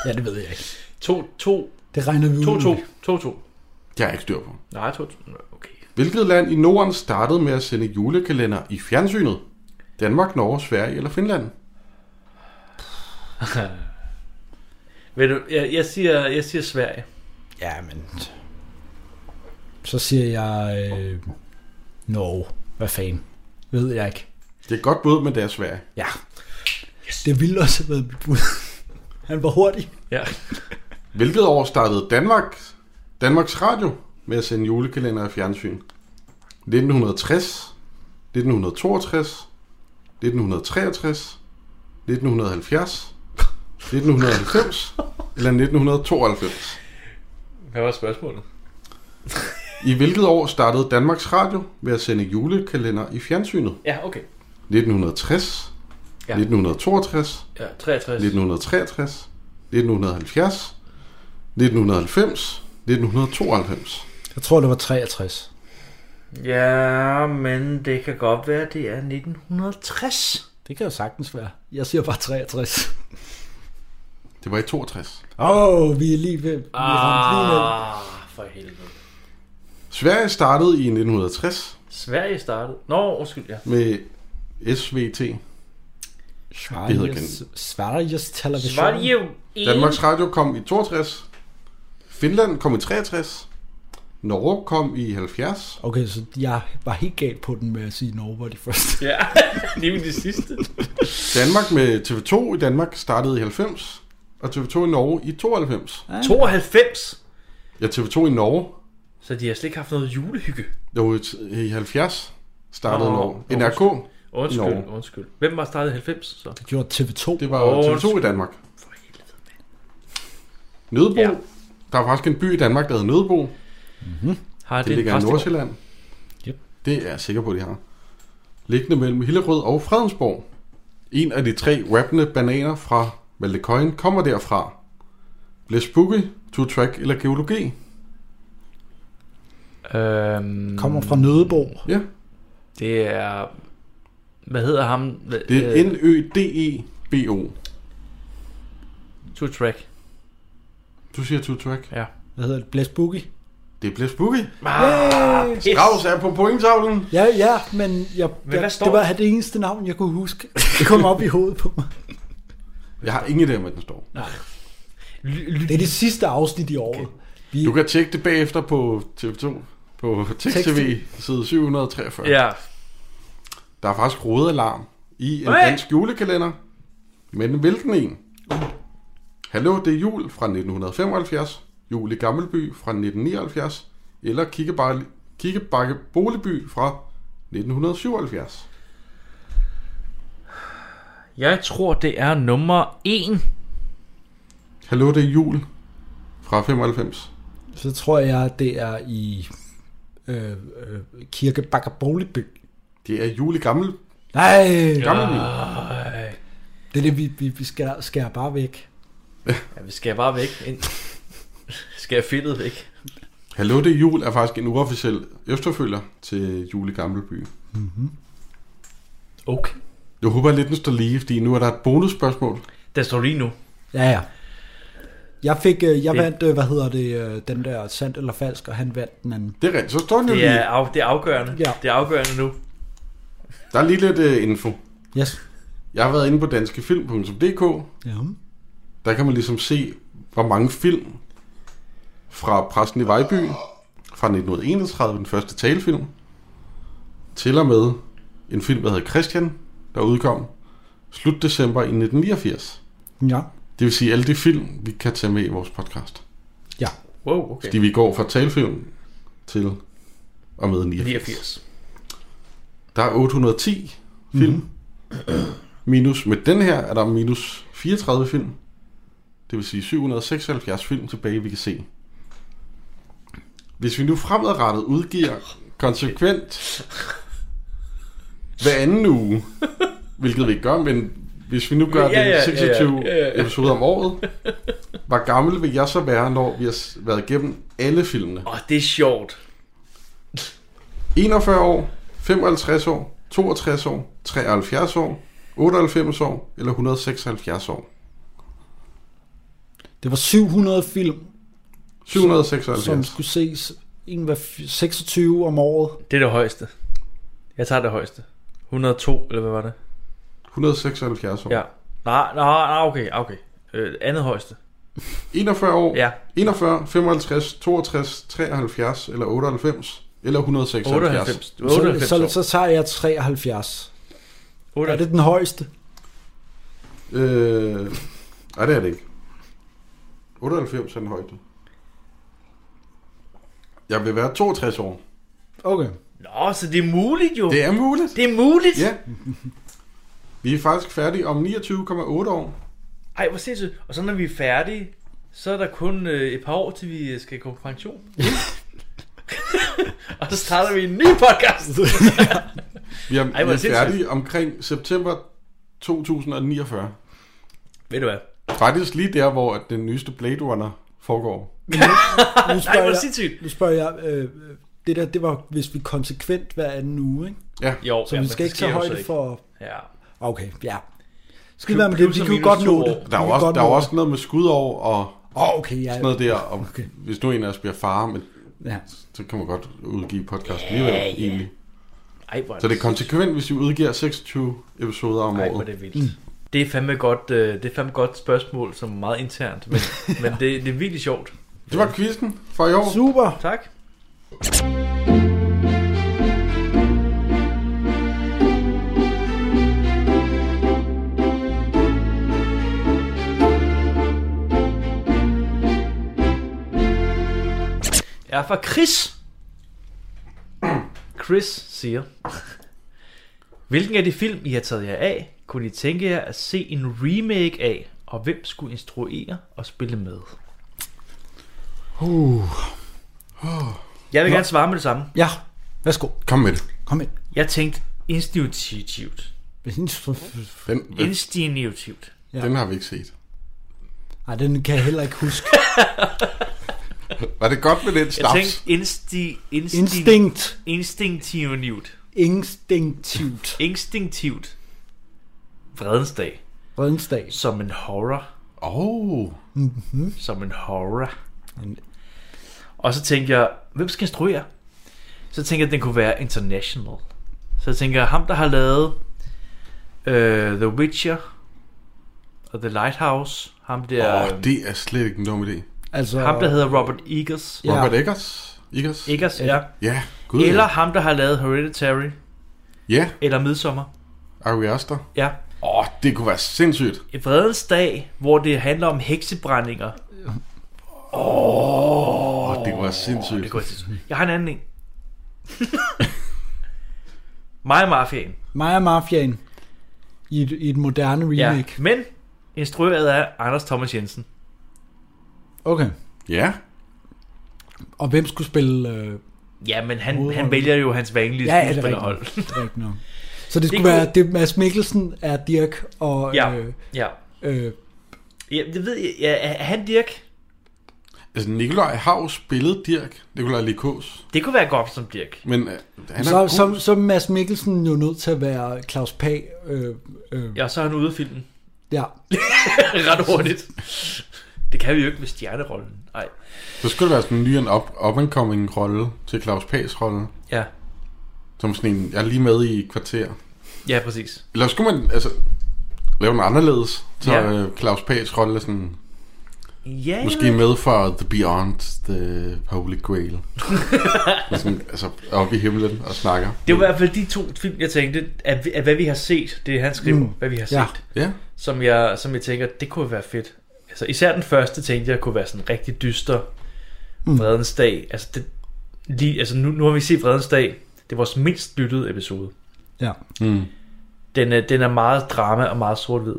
[SPEAKER 4] Ja, det ved jeg ikke.
[SPEAKER 2] 2, 2,
[SPEAKER 4] Det regner vi
[SPEAKER 2] 2,
[SPEAKER 4] ud
[SPEAKER 2] 2,
[SPEAKER 4] med.
[SPEAKER 2] 2, 2.
[SPEAKER 3] Det har jeg ikke styr på.
[SPEAKER 2] Nej, 2, 2. Okay.
[SPEAKER 3] Hvilket land i Norden startede med at sende julekalender i fjernsynet? Danmark, Norge, Sverige eller Finland?
[SPEAKER 2] Ved du, jeg, jeg, siger, jeg siger Sverige.
[SPEAKER 4] Ja, men... Så siger jeg... Øh, Norge. Hvad fanden? Ved jeg ikke.
[SPEAKER 3] Det er et godt bud, men det er Sverige.
[SPEAKER 4] Ja. Yes. Det ville også have været mit bud. Han var hurtig.
[SPEAKER 2] Ja.
[SPEAKER 3] Hvilket år startede Danmark, Danmarks Radio med at sende julekalender i fjernsyn? 1960, 1962, 1963, 1970, 1990 eller 1992?
[SPEAKER 2] Hvad var spørgsmålet?
[SPEAKER 3] I hvilket år startede Danmarks Radio med at sende julekalender i fjernsynet?
[SPEAKER 2] Ja, okay.
[SPEAKER 3] 1960,
[SPEAKER 2] Ja.
[SPEAKER 3] 1962,
[SPEAKER 2] Ja, 63.
[SPEAKER 3] 1963, 1970, 1990, 1992.
[SPEAKER 4] Jeg tror, det var 63.
[SPEAKER 2] Ja, men det kan godt være, det er 1960.
[SPEAKER 4] Det kan jo sagtens være. Jeg siger bare 63.
[SPEAKER 3] Det var i 62.
[SPEAKER 4] Åh, oh, vi er lige ved... Vi ramte lige ned.
[SPEAKER 2] Ah, for helvede.
[SPEAKER 3] Sverige startede i 1960
[SPEAKER 2] Sverige startede. Nå, undskyld, ja.
[SPEAKER 3] med SVT, hedder
[SPEAKER 4] Sveriges, Sveriges Television.
[SPEAKER 2] Sverige jo en...
[SPEAKER 3] Danmarks Radio kom i 62, Finland kom i 63, Norge kom i 70,
[SPEAKER 4] Okay, så jeg var helt galt på den med at sige Norge var de første.
[SPEAKER 2] Ja, det er det sidste.
[SPEAKER 3] Danmark med TV2 i Danmark startede i 90, og TV2 i Norge i 92.
[SPEAKER 2] 92.
[SPEAKER 3] Ja, TV2 i Norge.
[SPEAKER 2] Så de har slet ikke haft noget julehygge.
[SPEAKER 3] Jo, i- i 70 startede
[SPEAKER 2] Nå,
[SPEAKER 3] Norge.
[SPEAKER 2] Norge.
[SPEAKER 3] NRK,
[SPEAKER 2] Undskyld,
[SPEAKER 3] Norge.
[SPEAKER 2] undskyld. Hvem var startet i 90 så?
[SPEAKER 4] Det gjorde TV2.
[SPEAKER 3] det var
[SPEAKER 2] Åh,
[SPEAKER 3] TV2 i Danmark.
[SPEAKER 2] For helvede, mand.
[SPEAKER 3] Nødebo.
[SPEAKER 2] Ja.
[SPEAKER 3] Ja. Der er faktisk en by i Danmark, der hedder Nødebo. Det,
[SPEAKER 2] Har
[SPEAKER 3] det
[SPEAKER 2] en
[SPEAKER 3] ligger i
[SPEAKER 2] præstegård?
[SPEAKER 3] Nordsjælland.
[SPEAKER 4] Yep.
[SPEAKER 3] Det er jeg sikker på, de har. Liggende mellem Hillerød og Fredensborg. En af de tre rappende bananer fra Valdekøjen kommer derfra. Blev Spooky, Two Track eller Geologi?
[SPEAKER 2] Øhm,
[SPEAKER 4] Kommer fra Nødebo.
[SPEAKER 3] Ja,
[SPEAKER 2] Det er... Hvad hedder ham? Hva-
[SPEAKER 3] det er
[SPEAKER 2] øh,
[SPEAKER 3] E N-Ø-D-E-B-O.
[SPEAKER 2] Two Track.
[SPEAKER 3] Du siger Two Track.
[SPEAKER 2] Ja.
[SPEAKER 4] Hvad hedder det? Blæs Boogie?
[SPEAKER 3] Det blev Spooky.
[SPEAKER 4] Yeah.
[SPEAKER 2] Yes.
[SPEAKER 3] Graus er på pointtavlen.
[SPEAKER 4] Ja, ja, men, jeg,
[SPEAKER 2] Men
[SPEAKER 4] jeg,
[SPEAKER 2] hvad står
[SPEAKER 4] det var det eneste navn, jeg kunne huske. Det kom op i hovedet på mig.
[SPEAKER 3] Jeg har ingen idé om, hvad den står.
[SPEAKER 2] Ly- ly-
[SPEAKER 4] Det er det sidste afsnit i året. Vi,
[SPEAKER 3] Du kan tjekke det bagefter på TV2. På TV side 743.
[SPEAKER 2] Ja.
[SPEAKER 3] Der er faktisk rodealarm i en
[SPEAKER 2] Hey!
[SPEAKER 3] dansk julekalender. Men hvilken en? Hallo, det er jul fra 1975. Jul i Gammelby fra 1979. Eller Kikkebakke, Kikkebakke Boligby fra 1977.
[SPEAKER 2] Jeg tror, det er nummer 1.
[SPEAKER 3] Hallo, det er jul fra 95.
[SPEAKER 4] så tror jeg, det er i øh, øh, Kirke Bakker Boligby.
[SPEAKER 3] Det er jul i Gammel,
[SPEAKER 4] Nej,
[SPEAKER 3] Gammelby.
[SPEAKER 4] det er det, vi, vi, vi skærer, skærer bare væk.
[SPEAKER 2] Ja, vi skal bare væk. Ind. skal jeg fedtet væk?
[SPEAKER 3] Hallo, det er jul er faktisk en uofficiel efterfølger til jul i Gammelby.
[SPEAKER 2] Okay.
[SPEAKER 3] Jeg håber lidt, den står lige, fordi nu er der et bonusspørgsmål.
[SPEAKER 2] Den står lige nu.
[SPEAKER 4] Ja, ja. Jeg fik, øh, jeg
[SPEAKER 2] Det-
[SPEAKER 4] vandt, øh, hvad hedder det, øh, den der sandt eller falsk, og han vandt den anden.
[SPEAKER 3] Det er rigtigt, så står den jo
[SPEAKER 2] Det
[SPEAKER 3] lige.
[SPEAKER 2] er, af, det er afgørende.
[SPEAKER 4] Ja.
[SPEAKER 2] Det er afgørende nu.
[SPEAKER 3] Der er lige lidt uh, info.
[SPEAKER 4] Yes.
[SPEAKER 3] Jeg har været inde på danskefilm.dk.
[SPEAKER 4] Ja.
[SPEAKER 3] Der kan man ligesom se, hvor mange film fra Præsten i Vejby, fra 1931, den første talefilm, til og med en film, der hed Christian, der udkom slut december i 1989.
[SPEAKER 4] Ja,
[SPEAKER 3] Det vil sige alle de film, vi kan tage med i vores podcast.
[SPEAKER 4] ja.
[SPEAKER 2] Wow, okay.
[SPEAKER 3] Fordi vi går fra talefilm til og med 89.
[SPEAKER 2] 89.
[SPEAKER 3] Der er 810 film.
[SPEAKER 2] Mhm.
[SPEAKER 3] Mm-hmm. Minus med den her er der minus 34 film. Det vil sige 776 film tilbage, vi kan se. Hvis vi nu fremadrettet udgiver konsekvent hver anden uge, hvilket vi ikke gør, men hvis vi nu gør
[SPEAKER 2] Ja, ja, ja,
[SPEAKER 3] det 26
[SPEAKER 2] ja, ja, ja.
[SPEAKER 3] episoder om året, hvor gammel vil jeg så være, når vi har s- været igennem alle filmene?
[SPEAKER 2] Åh, oh, det er sjovt.
[SPEAKER 3] 41 år, 55 år, 62 år, 73 år, 98 år eller 176 år.
[SPEAKER 4] Det var 700 film, som
[SPEAKER 3] 776.
[SPEAKER 4] skulle ses en hver f- 26 om året.
[SPEAKER 2] Det er det højeste. Jeg tager det højeste. 102, eller hvad var det?
[SPEAKER 3] 176 år.
[SPEAKER 2] Ja. Nej, nej, nej, okay, okay. Øh, andet højeste.
[SPEAKER 3] 41 år,
[SPEAKER 2] Ja.
[SPEAKER 3] 41, 55, 62, 73 eller 98 eller 176.
[SPEAKER 2] 98.
[SPEAKER 4] Så,
[SPEAKER 2] 98
[SPEAKER 4] så,
[SPEAKER 2] år.
[SPEAKER 4] så tager jeg 73. Er
[SPEAKER 2] 98.
[SPEAKER 4] det den højeste?
[SPEAKER 3] 98. Øh, nej, det er det ikke. 98 er den højde. Jeg vil være 62 år.
[SPEAKER 4] Okay.
[SPEAKER 2] Nå, så det er muligt jo.
[SPEAKER 3] Det er muligt.
[SPEAKER 2] Det er muligt.
[SPEAKER 3] Ja. Vi er faktisk færdige om 29,8 år.
[SPEAKER 2] Ej, hvor sindssygt. Og så når vi er færdige, så er der kun øh, et par år, til vi øh, skal gå på pension. og så starter vi en ny podcast.
[SPEAKER 3] Vi er,
[SPEAKER 2] hvor
[SPEAKER 3] Ej, vi er
[SPEAKER 2] sindssygt.
[SPEAKER 3] færdige omkring september 2049.
[SPEAKER 2] Ved du hvad?
[SPEAKER 3] Faktisk lige der, hvor at den nyeste Blade Runner foregår.
[SPEAKER 4] Nu
[SPEAKER 2] Ej,
[SPEAKER 4] spørger
[SPEAKER 2] hvor
[SPEAKER 4] jeg,
[SPEAKER 2] sindssygt.
[SPEAKER 4] nu spørger jeg øh, det der, det var, hvis vi konsekvent hver anden uge, ikke?
[SPEAKER 3] Ja,
[SPEAKER 2] Jo,
[SPEAKER 4] Så ja, vi skal ikke tage højde for... Ah,
[SPEAKER 2] Ja.
[SPEAKER 4] Okay, ja. Skal
[SPEAKER 2] Plus-
[SPEAKER 4] vi være med det?
[SPEAKER 2] plus
[SPEAKER 4] Vi
[SPEAKER 2] og
[SPEAKER 4] kan jo
[SPEAKER 2] minus
[SPEAKER 4] godt
[SPEAKER 2] to
[SPEAKER 4] nå
[SPEAKER 2] år.
[SPEAKER 4] det.
[SPEAKER 2] Der
[SPEAKER 4] Vi
[SPEAKER 3] der er
[SPEAKER 4] kan
[SPEAKER 3] jo også,
[SPEAKER 4] godt
[SPEAKER 3] der er
[SPEAKER 4] nå
[SPEAKER 3] jo
[SPEAKER 4] det.
[SPEAKER 3] også noget med skudår og
[SPEAKER 4] Åh, Ah, okay, ja.
[SPEAKER 3] sådan noget der. Og Hvis nu en af os bliver far, men
[SPEAKER 4] ja.
[SPEAKER 3] så kan man godt udgive podcast alligevel, egentlig.
[SPEAKER 2] Ej, hvor er
[SPEAKER 3] Så det er konsekvent, hvis vi udgiver 26 episoder om
[SPEAKER 2] Ej, hvor er
[SPEAKER 3] året.
[SPEAKER 2] det vildt. Mm. Det er fandme godt, øh, det er fandme godt spørgsmål, som er meget internt, men, men det, det er virkelig sjovt.
[SPEAKER 3] Det var quizzen for i år.
[SPEAKER 4] Super.
[SPEAKER 2] Tak. Jeg er fra Chris. Chris siger, Hvilken af de film, I har taget jer af, kunne I tænke jer at se en remake af, og hvem skulle instruere og spille med?
[SPEAKER 4] Uh.
[SPEAKER 2] Jeg vil gerne svare med det samme.
[SPEAKER 4] Ja, værsgo.
[SPEAKER 3] Kom med det.
[SPEAKER 4] Kom ind.
[SPEAKER 2] Jeg tænkte instinktivt.
[SPEAKER 4] Hvis I-
[SPEAKER 3] Den,
[SPEAKER 2] Instinktivt.
[SPEAKER 3] den har vi ikke set.
[SPEAKER 4] Ej, den kan jeg heller ikke huske.
[SPEAKER 3] Var det godt med den
[SPEAKER 2] Jeg
[SPEAKER 3] snaps?
[SPEAKER 2] tænkte insti, insti,
[SPEAKER 4] Instinkt.
[SPEAKER 2] instinktivt.
[SPEAKER 4] Instinktivt.
[SPEAKER 2] Instinktivt. Vredens dag.
[SPEAKER 4] Redensdag. Mhm.
[SPEAKER 2] Som en horror.
[SPEAKER 3] Åh, oh,
[SPEAKER 2] Som en horror. Og så tænkte jeg, hvem skal instruere? Så tænkte jeg, at den kunne være international. Så jeg tænker, ham der har lavet øh, The Witcher og The Lighthouse, ham der,
[SPEAKER 3] oh, det er slet ikke en dum idé.
[SPEAKER 4] Altså,
[SPEAKER 2] ham der hedder Robert Eggers.
[SPEAKER 4] Ja.
[SPEAKER 3] Robert Eggers? Eggers?
[SPEAKER 2] Eggers, ja.
[SPEAKER 3] Ja, gud.
[SPEAKER 2] Eller
[SPEAKER 3] ja.
[SPEAKER 2] ham, der har lavet Hereditary.
[SPEAKER 3] Ja,
[SPEAKER 2] Eller Midsommer.
[SPEAKER 3] Ari Aster.
[SPEAKER 2] Ja.
[SPEAKER 3] Åh, oh, det kunne være sindssygt.
[SPEAKER 2] Et vredens dag, hvor det handler om heksebrændinger.
[SPEAKER 3] Åh, oh, det kunne være sindssygt.
[SPEAKER 2] Det går til- Jeg har en anden en. Mig og Mafiaen.
[SPEAKER 4] Maja Mafiaen. I et, I et moderne
[SPEAKER 2] Ja.
[SPEAKER 4] remake. Ja.
[SPEAKER 2] Men instrueret af Anders Thomas Jensen.
[SPEAKER 4] Okay.
[SPEAKER 3] Ja,
[SPEAKER 4] Og hvem skulle spille... Øh,
[SPEAKER 2] Ja, men han,
[SPEAKER 4] Hovedrollen.
[SPEAKER 2] han vælger jo hans vanlige
[SPEAKER 4] Ja, ja, det er
[SPEAKER 2] skuespillerhold.
[SPEAKER 4] det er ikke noget. Så det skulle
[SPEAKER 2] kunne-
[SPEAKER 4] være... Det er Mads Mikkelsen er Dirk, og...
[SPEAKER 2] Ja,
[SPEAKER 4] Øh,
[SPEAKER 2] ja.
[SPEAKER 4] øh,
[SPEAKER 2] ja. Det ved jeg. Ja, er han Dirk?
[SPEAKER 3] altså Nikolaj har jo spillet Dirk, Nikolaj Likos,
[SPEAKER 2] Det kunne være godt som Dirk.
[SPEAKER 3] men øh, han er
[SPEAKER 4] så,
[SPEAKER 3] god.
[SPEAKER 4] så, så er Mads Mikkelsen jo nødt til at være Claus Pag. Øh, øh,
[SPEAKER 2] Ja, så er han ude af filmen.
[SPEAKER 4] ja.
[SPEAKER 2] Ret hurtigt. Det kan vi jo ikke med stjernerollen. Nej.
[SPEAKER 3] så skulle det være sådan en ny og up, up and coming rolle til Claus Pags rolle,
[SPEAKER 2] Ja.
[SPEAKER 3] som sådan en, jeg er lige med i et kvarter.
[SPEAKER 2] ja, præcis.
[SPEAKER 3] Eller skulle man altså lave den anderledes, så
[SPEAKER 2] Ja.
[SPEAKER 3] ja. Claus Pags rolle er sådan,
[SPEAKER 2] Ja,
[SPEAKER 3] Måske med for The Beyond, The Holy Grail. Sådan, altså, oppe i himlen og snakker.
[SPEAKER 2] Det var i hvert fald de to film, jeg tænkte, at, at hvad vi har set, det er han skriver, mm.
[SPEAKER 4] Mm.
[SPEAKER 2] hvad vi har
[SPEAKER 4] Ja.
[SPEAKER 2] set,
[SPEAKER 3] Ja,
[SPEAKER 2] som jeg, som jeg tænker, det kunne være fedt. Altså især den første tænkte jeg kunne være sådan rigtig dyster,
[SPEAKER 4] Mm.
[SPEAKER 2] Vredens Dag. Altså, det, lige, altså nu, nu har vi set Vredens Dag, det er vores mindst lyttede episode.
[SPEAKER 4] Ja.
[SPEAKER 3] Mm.
[SPEAKER 2] Den er, den er meget drama og meget sort-hvid.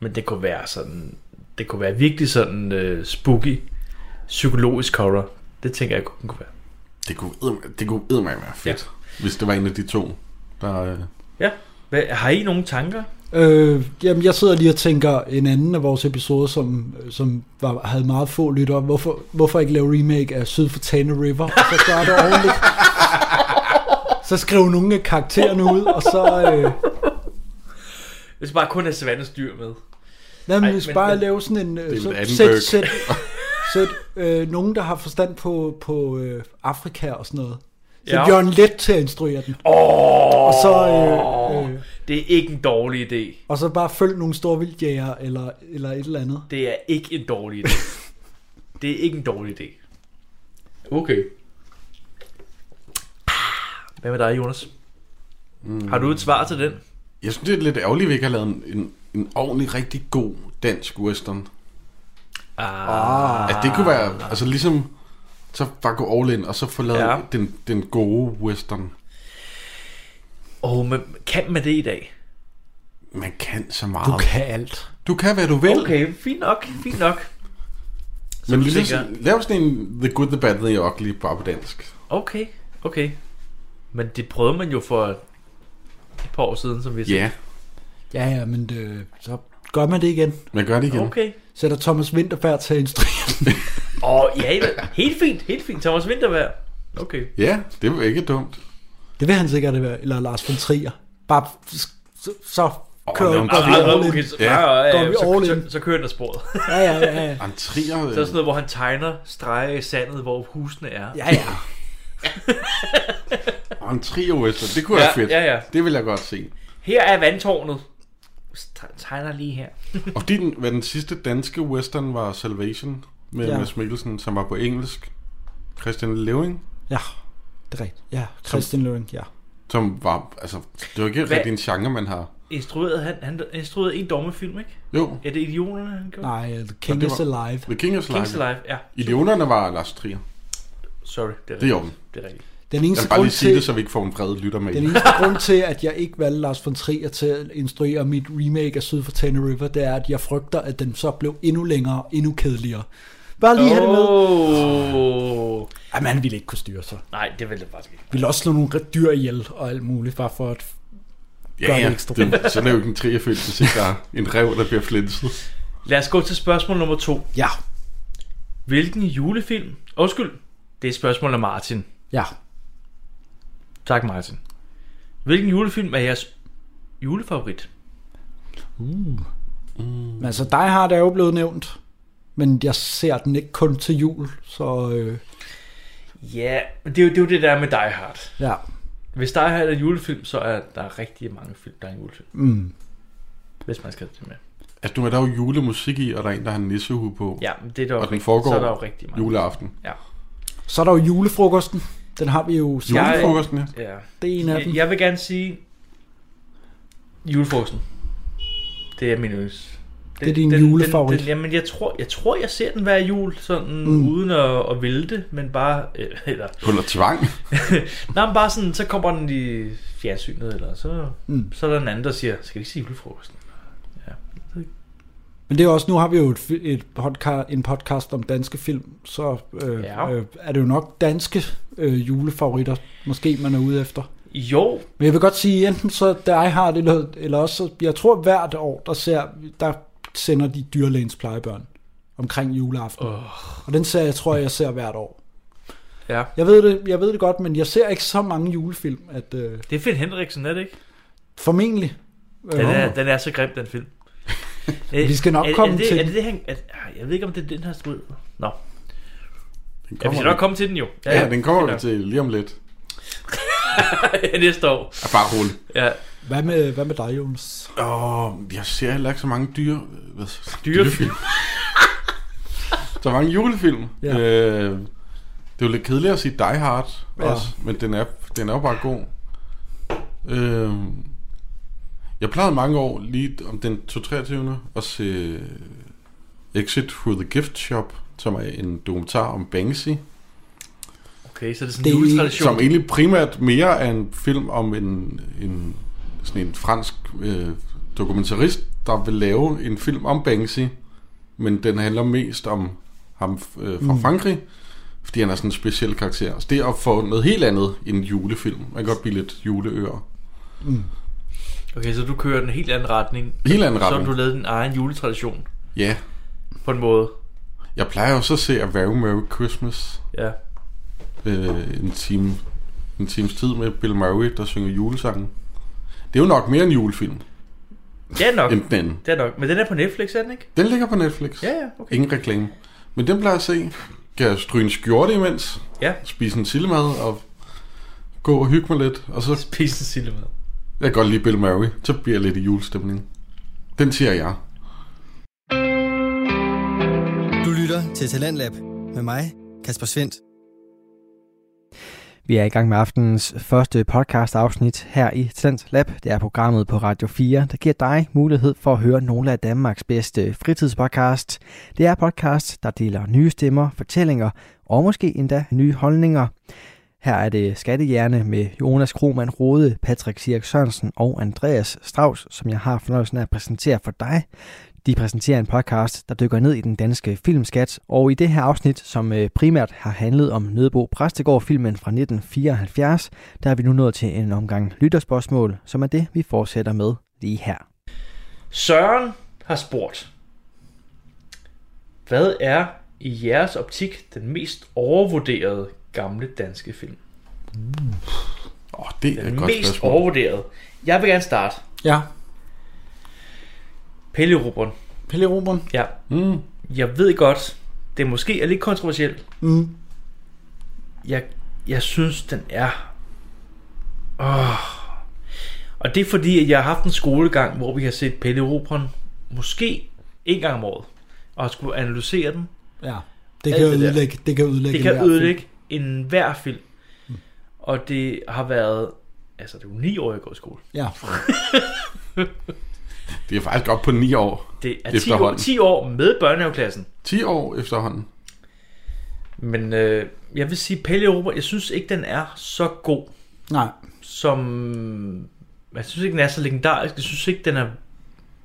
[SPEAKER 2] Men det kunne være sådan, det kunne være virkelig sådan uh, spooky, psykologisk horror. Det tænker jeg, den kunne være.
[SPEAKER 3] det kunne, eddermame- det kunne eddermame være fedt, ja. hvis det var en af de to, der... øh,
[SPEAKER 2] Hvad, har I nogle tanker?
[SPEAKER 4] Øh, jamen, jeg sidder lige og tænker en anden af vores episoder, som, som var, havde meget få lyttere. Hvorfor, hvorfor ikke lave remake af Syd for Tane River? Og så gøre det ordentligt. Så skrive nogle af karaktererne ud, og så... Øh,
[SPEAKER 2] Hvis bare kun er Savannes dyr med.
[SPEAKER 4] jamen,
[SPEAKER 2] Ej,
[SPEAKER 4] hvis
[SPEAKER 2] men-
[SPEAKER 4] bare
[SPEAKER 2] men-
[SPEAKER 4] lave sådan en...
[SPEAKER 3] Det er
[SPEAKER 4] Øh,
[SPEAKER 3] vel
[SPEAKER 4] så,
[SPEAKER 3] Attenberg.
[SPEAKER 4] sæt, sæt, sæt øh, nogen, der har forstand på, på øh, Afrika og sådan noget. Så
[SPEAKER 2] Ja.
[SPEAKER 4] ja. Jørgen Let til at instruere den.
[SPEAKER 2] Åh,
[SPEAKER 4] Og så, øh, øh,
[SPEAKER 2] det er ikke en dårlig idé.
[SPEAKER 4] Og så bare følg nogle store vildjæger, eller, eller et eller andet.
[SPEAKER 2] Det er ikke en dårlig idé. det er ikke en dårlig idé. Okay. Ah, Hvad med dig, Jonas? Mm. Har du et svar til den?
[SPEAKER 3] Jeg synes, det er lidt ærgerligt, at vi ikke har lavet en, en, en ordentlig, rigtig god dansk western.
[SPEAKER 2] Ah.
[SPEAKER 3] At det kunne være, altså ligesom, så bare gå all in, og så få lavet
[SPEAKER 2] Ja.
[SPEAKER 3] ja. den, den gode western.
[SPEAKER 2] Oh, men kan man det i dag?
[SPEAKER 3] Man kan så meget.
[SPEAKER 4] Du kan alt.
[SPEAKER 3] du kan hvad du vil.
[SPEAKER 2] Okay, fint nok, fint nok. Så
[SPEAKER 3] Men
[SPEAKER 2] du
[SPEAKER 3] ligesom,
[SPEAKER 2] tænker,
[SPEAKER 3] lav sådan en The Good, The Bad, The Ugly, bare på dansk.
[SPEAKER 2] okay, okay. Men det prøvede man jo for et par år siden, som vi
[SPEAKER 3] Ja,
[SPEAKER 4] Ja, ja, men det, så gør man det igen.
[SPEAKER 3] man gør det igen. Okay.
[SPEAKER 2] Okay.
[SPEAKER 4] Sætter Thomas Winterberg til at instruere den.
[SPEAKER 2] Åh, oh, ja, ja. helt fint, helt fint. Thomas Vinterberg. Okay.
[SPEAKER 3] Ja, det var ikke dumt.
[SPEAKER 4] Det vil han sikkert være. Eller Lars von Trier. Bare s- så, så kører
[SPEAKER 3] lad
[SPEAKER 4] oh,
[SPEAKER 3] ham
[SPEAKER 4] går vi
[SPEAKER 2] Ah, ah, okay,
[SPEAKER 4] all in. Mm.
[SPEAKER 2] så,
[SPEAKER 3] Ja.
[SPEAKER 2] ja. Ja, ja,
[SPEAKER 4] Går vi
[SPEAKER 2] så,
[SPEAKER 4] all
[SPEAKER 2] så,
[SPEAKER 4] in?
[SPEAKER 2] så kører den af sporet.
[SPEAKER 4] Ja, ja, ja. ja.
[SPEAKER 3] Antrier,
[SPEAKER 2] Så er sådan noget, hvor han tegner streger i sandet, hvor husene er.
[SPEAKER 4] Ja, ja.
[SPEAKER 3] antrier western, det kunne ja, være fedt.
[SPEAKER 2] ja, ja.
[SPEAKER 3] Det vil jeg godt se.
[SPEAKER 2] Her er vandtårnet. St- Tegner lige her.
[SPEAKER 3] Og din, hvad den sidste danske western var Salvation med ja.
[SPEAKER 4] Ja.
[SPEAKER 3] Mads Mikkelsen, som var på engelsk. Christian Leving,
[SPEAKER 4] Ja, det er rigtigt. Ja, Christian Løring, ja.
[SPEAKER 3] som var, altså, det var ikke
[SPEAKER 2] Hvad-
[SPEAKER 3] rigtig en genre, man har.
[SPEAKER 2] Instruerede han, han instruerede en dommefilm, ikke?
[SPEAKER 3] Jo,
[SPEAKER 2] Er det idioterne, han gjorde?
[SPEAKER 4] Nej, øh, The King
[SPEAKER 3] det
[SPEAKER 4] is
[SPEAKER 3] var-
[SPEAKER 4] Alive.
[SPEAKER 3] The King of
[SPEAKER 2] Kings
[SPEAKER 3] Life.
[SPEAKER 2] Alive, ja.
[SPEAKER 3] Idioterne var Lars Trier.
[SPEAKER 2] Sorry, det er
[SPEAKER 3] Det er
[SPEAKER 2] rigtigt.
[SPEAKER 3] jo
[SPEAKER 2] Det er rigtigt.
[SPEAKER 4] Den
[SPEAKER 3] Jeg
[SPEAKER 4] eneste,
[SPEAKER 3] vil bare
[SPEAKER 4] grund
[SPEAKER 3] lige sige det,
[SPEAKER 4] til,
[SPEAKER 3] så vi ikke får en fred lytter med.
[SPEAKER 4] den eneste grund til, at jeg ikke valgte Lars von Trier til at instruere mit remake af Syd for Tane River, det er, at jeg frygter, at den så blev endnu længere, endnu kedeligere. Bare lige oh. have det med.
[SPEAKER 2] Oh.
[SPEAKER 4] Jamen, han ville ikke kunne styre sig.
[SPEAKER 2] Nej, det vil det faktisk ikke.
[SPEAKER 4] ville også slå nogle dyr ihjel og alt muligt, bare for at... Gør
[SPEAKER 3] Ja,
[SPEAKER 4] det
[SPEAKER 3] ja.
[SPEAKER 4] ekstra.
[SPEAKER 3] Det, så er det jo ikke en trierfølt, hvis ikke der er en rev, der bliver flinset.
[SPEAKER 2] Lad os gå til spørgsmål nummer to.
[SPEAKER 4] Ja,
[SPEAKER 2] Hvilken julefilm... Undskyld, det er et spørgsmål af Martin.
[SPEAKER 4] ja.
[SPEAKER 2] Tak, Martin. Hvilken julefilm er jeres julefavorit?
[SPEAKER 4] Men altså, Die Hard er jo blevet nævnt, men jeg ser den ikke kun til jul, så øh,
[SPEAKER 2] Ja, men det er, jo, det er jo det der med Die Hard.
[SPEAKER 4] ja.
[SPEAKER 2] Hvis Die Hard er en julefilm, så er der rigtig mange film, der er en julefilm.
[SPEAKER 4] Mm.
[SPEAKER 2] Hvis man skal det med.
[SPEAKER 3] Altså, nu er der jo julemusik i, og der er en, der har en nissehue på
[SPEAKER 2] Ja, men det er der jo
[SPEAKER 3] Og den
[SPEAKER 2] rigtig,
[SPEAKER 3] foregår
[SPEAKER 2] så er der jo rigtig mange.
[SPEAKER 3] juleaften.
[SPEAKER 2] Ja.
[SPEAKER 4] Så er der jo julefrokosten. Den har vi jo
[SPEAKER 2] Ja.
[SPEAKER 4] set.
[SPEAKER 3] Julefrokosten, ja.
[SPEAKER 2] ja.
[SPEAKER 4] Det er en af dem.
[SPEAKER 2] Jeg, jeg vil gerne sige julefrokosten. Det er min yndlings.
[SPEAKER 4] Det er din julefavorit.
[SPEAKER 2] Den, den, jamen, jeg tror, jeg tror, jeg ser den hver jul, sådan mm. uden at, at ville det, men bare, øh, eller,
[SPEAKER 3] Under tvang.
[SPEAKER 2] nej, men bare sådan, så kommer den i fjernsynet, eller så, mm. så er der en anden, der siger, skal vi ikke sige julefrokosten?
[SPEAKER 4] Men det er også, nu har vi jo et, fi- et podcast, en podcast om danske film, så øh,
[SPEAKER 2] Ja.
[SPEAKER 4] ja. øh, er det jo nok danske øh, julefavoritter, måske man er ude efter.
[SPEAKER 2] Jo,
[SPEAKER 4] Men jeg vil godt sige, enten så Die Hard, eller, eller også, så- jeg tror hvert år, der, ser, der sender de dyrlægens plejebørn omkring juleaften. Oh. Og den ser jeg, tror jeg, jeg ser hvert år.
[SPEAKER 2] ja.
[SPEAKER 4] Jeg ved det, jeg ved det godt, men jeg ser ikke så mange julefilm, at øh,
[SPEAKER 2] Det er Finn Henriksen, er det ikke?
[SPEAKER 4] formentlig... Øh,
[SPEAKER 2] Den er, den er så grim, den film. Øh,
[SPEAKER 4] Vi skal nok
[SPEAKER 2] er,
[SPEAKER 4] komme
[SPEAKER 2] er det,
[SPEAKER 4] til
[SPEAKER 2] Er det
[SPEAKER 4] den.
[SPEAKER 2] det, han, er, ah, jeg ved ikke, om det er den her strid. Nå,
[SPEAKER 3] Den
[SPEAKER 2] ja, vi skal nok komme til den jo.
[SPEAKER 3] ja, ja, den kommer vi
[SPEAKER 2] fint
[SPEAKER 3] til lige om lidt.
[SPEAKER 2] nok. Næste år.
[SPEAKER 3] Ja, bare rolig.
[SPEAKER 2] Ja,
[SPEAKER 4] hvad, med, hvad med dig, Jonas?
[SPEAKER 3] Åh, jeg ser heller ikke så mange dyre... Hvad,
[SPEAKER 2] dyrefilm.
[SPEAKER 3] Der er mange julefilm.
[SPEAKER 4] Ja.
[SPEAKER 3] Ja. Øh, det er jo lidt kedeligt at sige Die Hard
[SPEAKER 4] Ja.
[SPEAKER 3] ja. også, men den er, den er jo bare god. Øh, jeg plejede mange år, lige om den 23. at se Exit Through the Gift Shop, som er en dokumentar om Banksy,
[SPEAKER 2] Okay, så er det sådan
[SPEAKER 4] Det er
[SPEAKER 2] en
[SPEAKER 4] ikke-
[SPEAKER 2] juletradition.
[SPEAKER 3] som egentlig primært mere er en film om en, en sådan en fransk øh, dokumentarist, der vil lave en film om Banksy, men den handler mest om ham øh, fra mm. Frankrig, fordi han er sådan en speciel karakter. Så det er at få noget helt andet end en julefilm. Man kan godt blive lidt juleører.
[SPEAKER 2] Okay, så du kører den helt anden retning.
[SPEAKER 3] Helt anden
[SPEAKER 2] Så har
[SPEAKER 3] retning.
[SPEAKER 2] du lavet din egen juletradition,
[SPEAKER 3] Ja,
[SPEAKER 2] på en måde.
[SPEAKER 3] jeg plejer også at se A Very Merry Christmas
[SPEAKER 2] Ja.
[SPEAKER 3] øh, en, time, en times tid med Bill Murray, der synger julesangen. Det er jo nok mere en julefilm
[SPEAKER 2] Det er nok.
[SPEAKER 3] end den anden.
[SPEAKER 2] Det er nok. Men den er på Netflix, er den ikke?
[SPEAKER 3] Den ligger på Netflix.
[SPEAKER 2] Ja, ja, okay.
[SPEAKER 3] Ingen reklame. Men den plejer jeg at se. Kan jeg stryge en skjorte imens,
[SPEAKER 2] Ja.
[SPEAKER 3] spise en sillemad og gå og hygge mig lidt. Og så
[SPEAKER 2] Spis en sillemad.
[SPEAKER 3] jeg kan godt lide Bill Murray. Så bliver jeg lidt i julestemning. Den siger jeg.
[SPEAKER 1] Du lytter til Talentlab med mig, Kasper Svendt. Vi er i gang med aftenens første podcast afsnit her i Talent Lab. Det er programmet på Radio 4, der giver dig mulighed for at høre nogle af Danmarks bedste fritidspodcast. Det er podcast, der deler nye stemmer, fortællinger og måske endda nye holdninger. Her er det Skattehjerne med Jonas Krohmann Rode, Patrick Sirk Sørensen og Andreas Strauss, som jeg har fornøjelsen af at præsentere for dig. De præsenterer en podcast, der dykker ned i den danske filmskat, og i det her afsnit, som øh, primært har handlet om Nødebo Præstegård-filmen fra 1974, der er vi nu nået til en omgang lytterspørgsmål, som er det, vi fortsætter med lige her.
[SPEAKER 2] Søren har spurgt, hvad er i jeres optik den mest overvurderede gamle danske film?
[SPEAKER 3] Åh, oh, det er
[SPEAKER 2] Den
[SPEAKER 3] et godt
[SPEAKER 2] mest
[SPEAKER 3] spørgsmål.
[SPEAKER 2] overvurderede. Jeg vil gerne starte.
[SPEAKER 4] Ja,
[SPEAKER 2] Pelle Rubron.
[SPEAKER 4] Pelle Robern.
[SPEAKER 2] Ja.
[SPEAKER 3] Mm.
[SPEAKER 2] Jeg ved godt, det måske er lidt kontroversielt.
[SPEAKER 4] Mm.
[SPEAKER 2] Jeg, jeg synes, den er... Oh. Og det er fordi, at jeg har haft en skolegang, hvor vi har set Pelle Rubron måske en gang om året, og skulle analysere den
[SPEAKER 4] Ja. Det
[SPEAKER 2] Alt
[SPEAKER 4] kan,
[SPEAKER 2] det der.
[SPEAKER 4] ødelægge, det kan ødelægge.
[SPEAKER 2] Det kan
[SPEAKER 4] enhver film.
[SPEAKER 2] ødelægge en hver film. Og det har været... Altså, det er jo ni år, jeg går i skole.
[SPEAKER 4] Ja.
[SPEAKER 3] Det er faktisk op på 9 år.
[SPEAKER 2] Det er 10 år,
[SPEAKER 3] Efterhånden.
[SPEAKER 2] 10 år med børnehaveklassen.
[SPEAKER 3] 10 år efterhånden.
[SPEAKER 2] Men øh, jeg vil sige, Pelle Europa, jeg synes ikke, den er så god,
[SPEAKER 4] Nej.
[SPEAKER 2] som... Jeg synes ikke, den er så legendarisk. Jeg synes ikke, den er...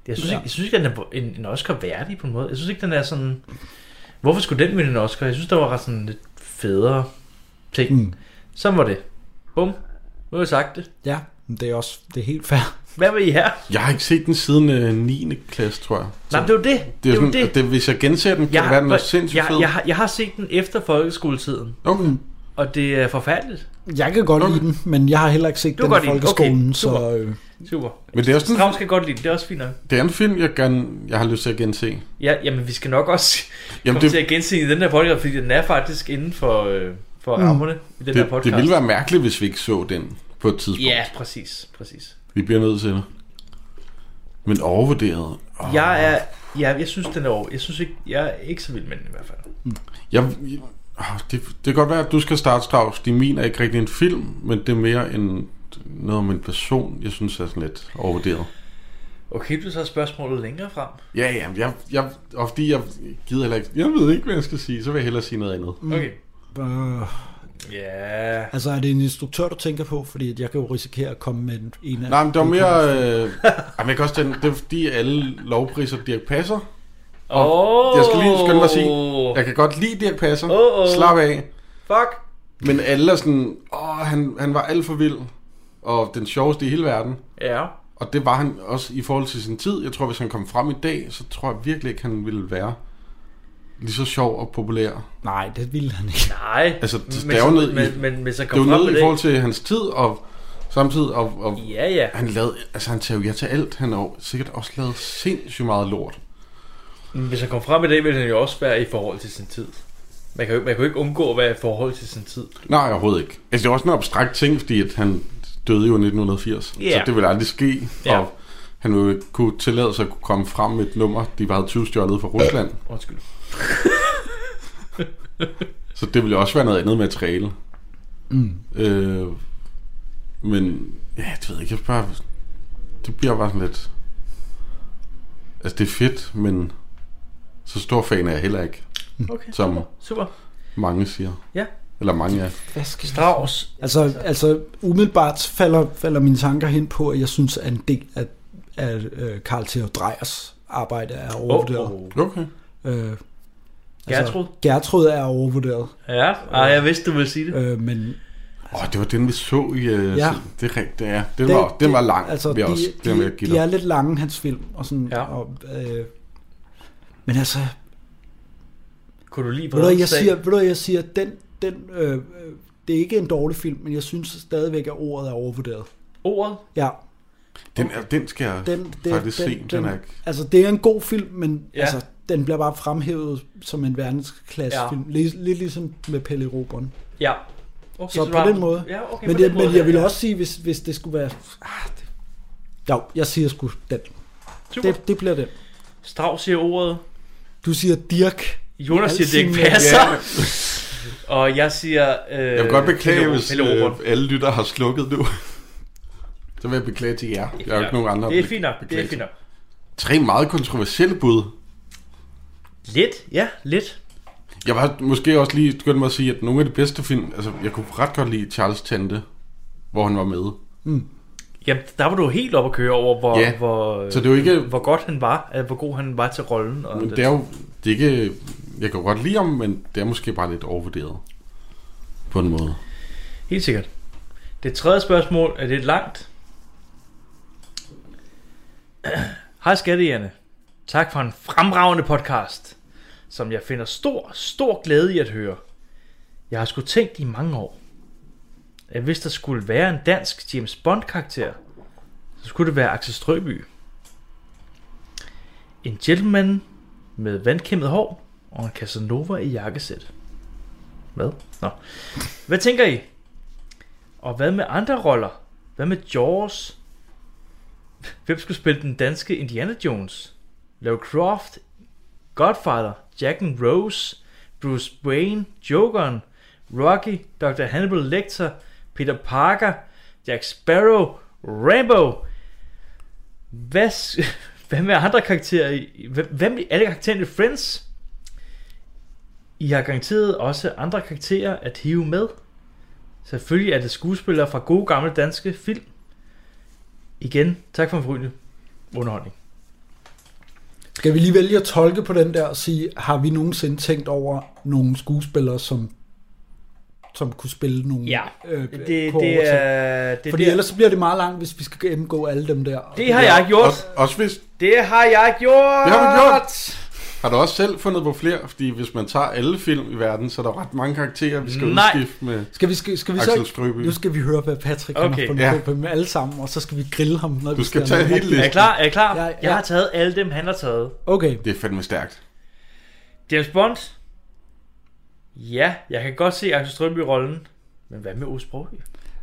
[SPEAKER 2] Jeg synes,
[SPEAKER 4] Ja.
[SPEAKER 2] ikke, jeg synes ikke, den er en, en Oscar-værdig på en måde. Jeg synes ikke, den er sådan... Hvorfor skulle den vinde en Oscar? Jeg synes, der var ret sådan lidt federe ting. Mm.
[SPEAKER 4] Mm.
[SPEAKER 2] Sådan var det. Bum. Nu har jeg sagt det.
[SPEAKER 4] Ja, men det er også det er helt fair.
[SPEAKER 2] Hvad vil I her?
[SPEAKER 3] Jeg har ikke set den siden øh, 9. klasse, tror jeg.
[SPEAKER 2] Nej, men det er jo det.
[SPEAKER 3] Det er,
[SPEAKER 2] jo
[SPEAKER 3] sådan, det. Det, hvis jeg genser den, kan
[SPEAKER 2] Jeg,
[SPEAKER 3] det være, den er
[SPEAKER 2] jeg,
[SPEAKER 3] sindssygt
[SPEAKER 2] jeg,
[SPEAKER 3] fed.
[SPEAKER 2] jeg, har- jeg har set den efter folkeskoletiden,
[SPEAKER 3] Okay.
[SPEAKER 2] og det er forfærdeligt.
[SPEAKER 4] Jeg kan godt lide den, men jeg har heller ikke set
[SPEAKER 2] Du
[SPEAKER 4] den
[SPEAKER 2] kan godt
[SPEAKER 4] i
[SPEAKER 2] lide den.
[SPEAKER 4] folkeskolen,
[SPEAKER 2] Okay,
[SPEAKER 4] så
[SPEAKER 2] super.
[SPEAKER 4] øh,
[SPEAKER 2] Super.
[SPEAKER 3] Men det er også
[SPEAKER 2] Stram
[SPEAKER 3] en,
[SPEAKER 2] skal godt lide den, det er også fint nok.
[SPEAKER 3] det er en film, jeg, gerne, jeg har lyst til at gense.
[SPEAKER 2] Ja, jamen vi skal nok også
[SPEAKER 3] Jamen,
[SPEAKER 2] komme
[SPEAKER 3] det,
[SPEAKER 2] til at gense den her podcast, fordi den er faktisk inden for, øh, for rammerne i den her
[SPEAKER 3] Mm. det,
[SPEAKER 2] podcast.
[SPEAKER 3] det ville være mærkeligt, hvis vi ikke så den på et tidspunkt.
[SPEAKER 2] Ja, præcis, præcis.
[SPEAKER 3] Vi bliver nødt til det. Men overvurderet.
[SPEAKER 2] Oh. Jeg er, ja, jeg synes den er over. Jeg synes ikke, jeg er ikke så vild med den i hvert fald.
[SPEAKER 3] Jeg, jeg, åh, det, det kan godt være, at du skal starte, Strauss. De min er ikke rigtig en film, men det er mere en, noget om en person, jeg synes er sådan lidt overvurderet.
[SPEAKER 2] Okay, du så spørgsmålet længere frem.
[SPEAKER 3] Ja, ja, jeg, jeg, og fordi jeg gider heller ikke, jeg ved ikke, hvad jeg skal sige, så vil jeg hellere sige noget andet.
[SPEAKER 2] Okay.
[SPEAKER 4] øh,
[SPEAKER 2] Ja. Yeah.
[SPEAKER 4] altså er det en instruktør, du tænker på? Fordi at jeg kan jo risikere at komme med en en af...
[SPEAKER 3] Nej, men det var mere, øh, jamen, jeg kan også, den, det er fordi alle lovpriser Dirk Passer.
[SPEAKER 2] Oh.
[SPEAKER 3] Jeg skal lige skynde mig at sige, jeg kan godt lide Dirk Passer.
[SPEAKER 2] Åh, åh.
[SPEAKER 3] Slap af.
[SPEAKER 2] Fuck.
[SPEAKER 3] Men alle er sådan, åh, han, han var alt for vild, og den sjoveste i hele verden.
[SPEAKER 2] Ja.
[SPEAKER 3] Og det var han også i forhold til sin tid. Jeg tror, hvis han kom frem i dag, så tror jeg virkelig ikke, han ville være lige så sjov og populær.
[SPEAKER 4] Nej, det ville han ikke.
[SPEAKER 2] Nej.
[SPEAKER 3] Altså, det
[SPEAKER 2] men,
[SPEAKER 3] er jo
[SPEAKER 2] så-
[SPEAKER 3] ned i-
[SPEAKER 2] men, men, men så
[SPEAKER 3] Det var
[SPEAKER 2] kom frem med
[SPEAKER 3] noget i
[SPEAKER 2] det.
[SPEAKER 3] forhold til hans tid, og samtidig, og, og
[SPEAKER 2] Ja, ja.
[SPEAKER 3] han lavede, altså han tager jo ja til alt. Han har jo sikkert også lavet sindssygt meget lort.
[SPEAKER 2] Men Hvis han kom frem i dag, ville han jo også være i forhold til sin tid. Man kan jo, man kan jo ikke undgå at være i forhold til sin tid.
[SPEAKER 3] Nej, overhovedet ikke. Altså, det var også en abstrakt ting, fordi at han døde jo i 1980,
[SPEAKER 2] Ja.
[SPEAKER 3] så det ville aldrig ske.
[SPEAKER 2] Ja.
[SPEAKER 3] Og han ville jo ikke kunne tillade sig at kunne komme frem med et nummer, de var havde 20 stjålet fra Rusland.
[SPEAKER 2] Undskyld.
[SPEAKER 3] Så det ville også være noget andet materiale.
[SPEAKER 4] Mm.
[SPEAKER 3] Øh, men ja, det ved jeg ikke. Jeg bare, det bliver bare sådan lidt... Altså, det er fedt, men så stor fan er jeg heller ikke,
[SPEAKER 2] Okay,
[SPEAKER 3] som
[SPEAKER 2] super.
[SPEAKER 3] mange siger.
[SPEAKER 2] Ja.
[SPEAKER 3] Eller mange af.
[SPEAKER 4] Hvad skal
[SPEAKER 2] Strauss.
[SPEAKER 4] Altså, altså umiddelbart falder, falder mine tanker hen på, at jeg synes, at en del af, af øh, Carl Theo Dreyers arbejde er overvurderet.
[SPEAKER 2] Åh,
[SPEAKER 4] Oh,
[SPEAKER 2] oh,
[SPEAKER 3] Okay.
[SPEAKER 4] oh. Øh,
[SPEAKER 2] Gertrud.
[SPEAKER 4] Gertrud er overvurderet,
[SPEAKER 2] Ja, ah, jeg vidste, du ville sige det.
[SPEAKER 4] øh, men
[SPEAKER 3] Åh, oh, det var den, vi så i... Øh,
[SPEAKER 4] Ja.
[SPEAKER 3] ja. Det er rigtigt, det er. Den, var, den var lang, altså, vi
[SPEAKER 4] de,
[SPEAKER 3] også.
[SPEAKER 4] de,
[SPEAKER 3] det med at give
[SPEAKER 4] de er
[SPEAKER 3] dig.
[SPEAKER 4] lidt lange, hans film. Og sådan,
[SPEAKER 2] Ja.
[SPEAKER 4] ja. og, øh, men altså, ved
[SPEAKER 2] Kunne du lide på
[SPEAKER 4] du, hvad, jeg siger, ved du, hvad, jeg siger, den, den, øh, øh, det er ikke en dårlig film, men jeg synes stadigvæk, at ordet er overvurderet.
[SPEAKER 2] Ordet?
[SPEAKER 4] Ja,
[SPEAKER 3] Den, er, den skal jeg
[SPEAKER 4] den, det,
[SPEAKER 3] faktisk
[SPEAKER 4] den,
[SPEAKER 3] se. Den, er ikke...
[SPEAKER 4] altså, det er en god film, men
[SPEAKER 2] Ja.
[SPEAKER 4] ja. altså, den bliver bare fremhævet som en verdensklassefilm. Ja. Lidt, lidt ligesom med Pelle Robon.
[SPEAKER 2] Ja. Okay,
[SPEAKER 4] Så
[SPEAKER 2] det
[SPEAKER 4] på
[SPEAKER 2] var-
[SPEAKER 4] den måde.
[SPEAKER 2] Ja, okay,
[SPEAKER 4] Men,
[SPEAKER 2] på
[SPEAKER 4] jeg,
[SPEAKER 2] den måde,
[SPEAKER 4] men jeg vil
[SPEAKER 2] ja.
[SPEAKER 4] også sige, hvis, hvis det skulle være... Ah, det, jo, jeg siger sgu den.
[SPEAKER 2] Super.
[SPEAKER 4] Det, det bliver den.
[SPEAKER 2] Strauss siger ordet.
[SPEAKER 4] Du siger Dirk.
[SPEAKER 2] Jonas
[SPEAKER 4] Alt
[SPEAKER 2] siger, det ikke
[SPEAKER 4] sin-
[SPEAKER 2] passer. Og jeg siger... Øh,
[SPEAKER 3] Jeg vil godt beklage, hvis
[SPEAKER 2] Pelle Robert.
[SPEAKER 3] øh, alle lytter har slukket nu. så vil jeg beklage til jer. Jeg har jo ikke nogen andre. at
[SPEAKER 2] Det er
[SPEAKER 3] be-
[SPEAKER 2] fint nok, det er
[SPEAKER 3] beklage
[SPEAKER 2] fint nok.
[SPEAKER 3] til. Tre meget kontroversielle bud.
[SPEAKER 2] Lidt, ja, lidt.
[SPEAKER 3] Jeg var måske også lige skyndt mig at sige, at nogle af de bedste film... Altså, jeg kunne ret godt lide Charles Tante, hvor han var med.
[SPEAKER 2] Jamen, der var du helt oppe at køre over, hvor,
[SPEAKER 3] Ja,
[SPEAKER 2] hvor, øh,
[SPEAKER 3] så det er jo ikke-
[SPEAKER 2] hvor godt han var, øh, hvor god han var til rollen. Og
[SPEAKER 3] Men
[SPEAKER 2] det-
[SPEAKER 3] det er jo... Det er ikke... Jeg kan godt lide ham, men det er måske bare lidt overvurderet. På en måde.
[SPEAKER 2] Helt sikkert. Det tredje spørgsmål er lidt langt. Hej skattejerne. Tak for en fremragende podcast, som jeg finder stor, stor glæde i at høre. Jeg har sgu tænkt i mange år, at hvis der skulle være en dansk James Bond-karakter, så skulle det være Axel Strøby. En gentleman med vandkæmmet hår og en Casanova i jakkesæt. Hvad? Nå. Hvad tænker I? Og hvad med andre roller? Hvad med Jaws? Hvem skulle spille den danske Indiana Jones? Lara Croft, Godfather, Jack and Rose, Bruce Wayne, Jokeren, Rocky, Dr. Hannibal Lecter, Peter Parker, Jack Sparrow, Rambo. Hvad, s- hvad med andre karakterer? i- hvem- Hvem er alle karaktererne i Friends? I har garanteret også andre karakterer at hive med. Selvfølgelig er det skuespillere fra gode gamle danske film. Igen, tak for en forrygende underholdning.
[SPEAKER 4] Skal vi lige vælge at tolke på den der og sige, har vi nogensinde tænkt over nogle skuespillere, som, som kunne spille nogle
[SPEAKER 2] Ja,
[SPEAKER 4] øh,
[SPEAKER 2] Det,
[SPEAKER 4] det,
[SPEAKER 2] det,
[SPEAKER 4] kår?
[SPEAKER 2] det
[SPEAKER 4] Det,
[SPEAKER 2] er... Det,
[SPEAKER 4] Fordi
[SPEAKER 2] det,
[SPEAKER 4] ellers så bliver det meget langt, hvis vi skal gennemgå alle dem der.
[SPEAKER 2] det har jeg gjort.
[SPEAKER 3] Også, også hvis
[SPEAKER 2] Det har jeg gjort.
[SPEAKER 3] Det har du gjort. Har du også selv fundet på flere? Fordi hvis man tager alle film i verden, så er der ret mange karakterer, vi skal
[SPEAKER 2] Nej.
[SPEAKER 3] udskifte med.
[SPEAKER 4] Skal vi, skal, skal vi
[SPEAKER 3] Axel
[SPEAKER 4] så...
[SPEAKER 3] Strøby.
[SPEAKER 4] Nu skal vi høre, hvad Patrick okay,
[SPEAKER 2] Okay,
[SPEAKER 4] har fundet
[SPEAKER 3] ja.
[SPEAKER 4] ja. på dem alle sammen, og så skal vi grille ham. Når
[SPEAKER 3] Du
[SPEAKER 4] vi
[SPEAKER 3] skal
[SPEAKER 4] have
[SPEAKER 3] tage
[SPEAKER 4] noget
[SPEAKER 3] hele
[SPEAKER 4] rigtigt.
[SPEAKER 2] Er I
[SPEAKER 3] listen.
[SPEAKER 2] klar? Er I klar?
[SPEAKER 4] Ja,
[SPEAKER 2] Jeg,
[SPEAKER 4] ja.
[SPEAKER 2] har taget alle dem, han har taget.
[SPEAKER 4] Okay,
[SPEAKER 3] Det er fandme stærkt.
[SPEAKER 2] James Bond. Ja, jeg kan godt se Axel Strømby i rollen. Men hvad med Osbro?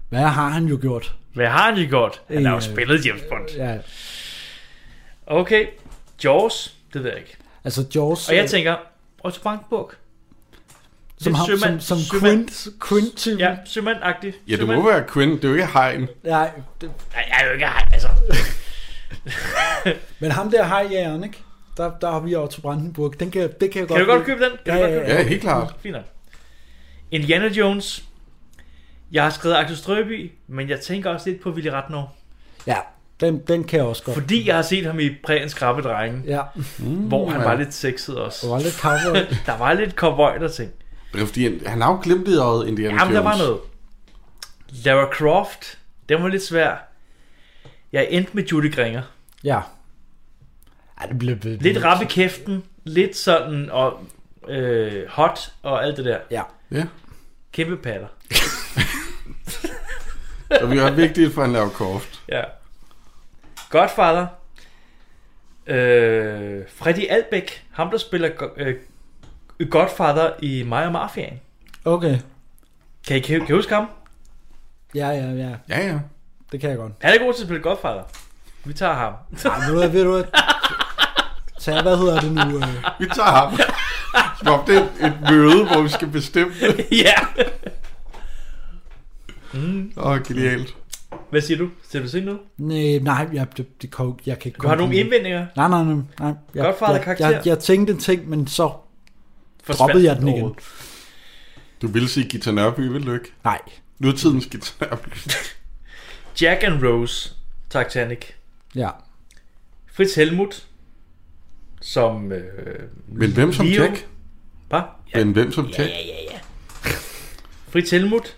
[SPEAKER 4] hvad har han jo gjort?
[SPEAKER 2] Hvad har han jo gjort? Han har jo
[SPEAKER 4] Øh,
[SPEAKER 2] spillet James Bond.
[SPEAKER 4] Ja,
[SPEAKER 2] Okay, Jaws. Det ved jeg ikke.
[SPEAKER 4] altså Jaws,
[SPEAKER 2] Og jeg tænker, Otto Brandenburg. det
[SPEAKER 4] som,
[SPEAKER 2] er
[SPEAKER 4] ham,
[SPEAKER 2] sømand-
[SPEAKER 4] som, som
[SPEAKER 2] sømand.
[SPEAKER 4] Quint, Quint
[SPEAKER 2] Ja, sømand-agtig.
[SPEAKER 3] Ja, det må være Quinn. Det er jo ikke Hein.
[SPEAKER 4] Nej, det,
[SPEAKER 2] Nej, jeg er jo ikke hej, altså.
[SPEAKER 4] Men ham der har jeg, ikke? Der, der har vi Otto Brandenburg. Den kan, det kan jeg
[SPEAKER 2] Kan
[SPEAKER 4] godt
[SPEAKER 2] du godt
[SPEAKER 4] lide.
[SPEAKER 2] købe den? Kan du
[SPEAKER 4] Ja,
[SPEAKER 2] godt
[SPEAKER 4] ja,
[SPEAKER 2] købe
[SPEAKER 3] Ja, helt klart.
[SPEAKER 2] den? Fint nok. Indiana Jones. Jeg har skrevet Axel Strøby, men jeg tænker også lidt på Willy Ratnor.
[SPEAKER 4] Ja, den, den kan jeg også godt.
[SPEAKER 2] Fordi jeg har set ham i Prægens Krabbe Drenge,
[SPEAKER 4] Ja,
[SPEAKER 2] mm, hvor han
[SPEAKER 3] ja.
[SPEAKER 2] var lidt sexet
[SPEAKER 4] det
[SPEAKER 2] også.
[SPEAKER 4] var lidt cowboy.
[SPEAKER 2] Der var lidt cowboy der ting.
[SPEAKER 3] Det er fordi, han- han har jo glemt det øjet, Indiana
[SPEAKER 2] Jamen, der
[SPEAKER 3] Jones.
[SPEAKER 2] var noget. Lara Croft, den var lidt svær. Jeg endte med Judy Gringer.
[SPEAKER 4] ja. Ej, det blev... blev-
[SPEAKER 2] Lidt rap i kæften, lidt sådan og øh, hot og alt det der.
[SPEAKER 4] Ja.
[SPEAKER 3] Ja,
[SPEAKER 2] Kæmpe patter.
[SPEAKER 3] og vi har vigtigt for, at han laver kort.
[SPEAKER 2] Ja. Godfather. Øh, Freddy Albæk, ham der spiller go- øh, Godfather i Maja Mafiaen.
[SPEAKER 4] Okay.
[SPEAKER 2] Kan I, kan, I- kan I huske ham?
[SPEAKER 4] Ja, ja, ja.
[SPEAKER 3] Ja, ja.
[SPEAKER 4] Det kan jeg godt.
[SPEAKER 2] Han er god til at spille Godfather. Vi tager ham.
[SPEAKER 4] Ej, ved du hvad, ved du hvad? Så hvad hedder det nu? øh,
[SPEAKER 3] Vi tager ham. Som om det er et, et møde, hvor vi skal bestemme det.
[SPEAKER 2] ja.
[SPEAKER 3] Åh, oh, genialt.
[SPEAKER 2] Hvad siger du? Skal du se noget?
[SPEAKER 4] Nej, nej, jeg, det, det kan, jo- jeg kan ikke...
[SPEAKER 2] Du har
[SPEAKER 4] komme
[SPEAKER 2] nogle
[SPEAKER 4] på noget.
[SPEAKER 2] indvendinger?
[SPEAKER 4] Nej, nej, nej. nej. Jeg,
[SPEAKER 2] Godfather
[SPEAKER 4] jeg,
[SPEAKER 2] karakter.
[SPEAKER 4] jeg, jeg, tænkte en ting, men så...
[SPEAKER 2] Forsvandt
[SPEAKER 4] Droppede jeg den igen?
[SPEAKER 2] overhovedet.
[SPEAKER 3] Du ville sige Gita Nørby, vil du ikke?
[SPEAKER 4] Nej.
[SPEAKER 3] Nu er tidens Gita Nørby.
[SPEAKER 2] Jack and Rose, Titanic.
[SPEAKER 4] Ja.
[SPEAKER 2] Fritz Helmut, som... Øh,
[SPEAKER 3] Men hvem som
[SPEAKER 2] Leo.
[SPEAKER 3] Jack?
[SPEAKER 2] Hvad?
[SPEAKER 3] Men hvem som Jack?
[SPEAKER 2] Fritz Helmut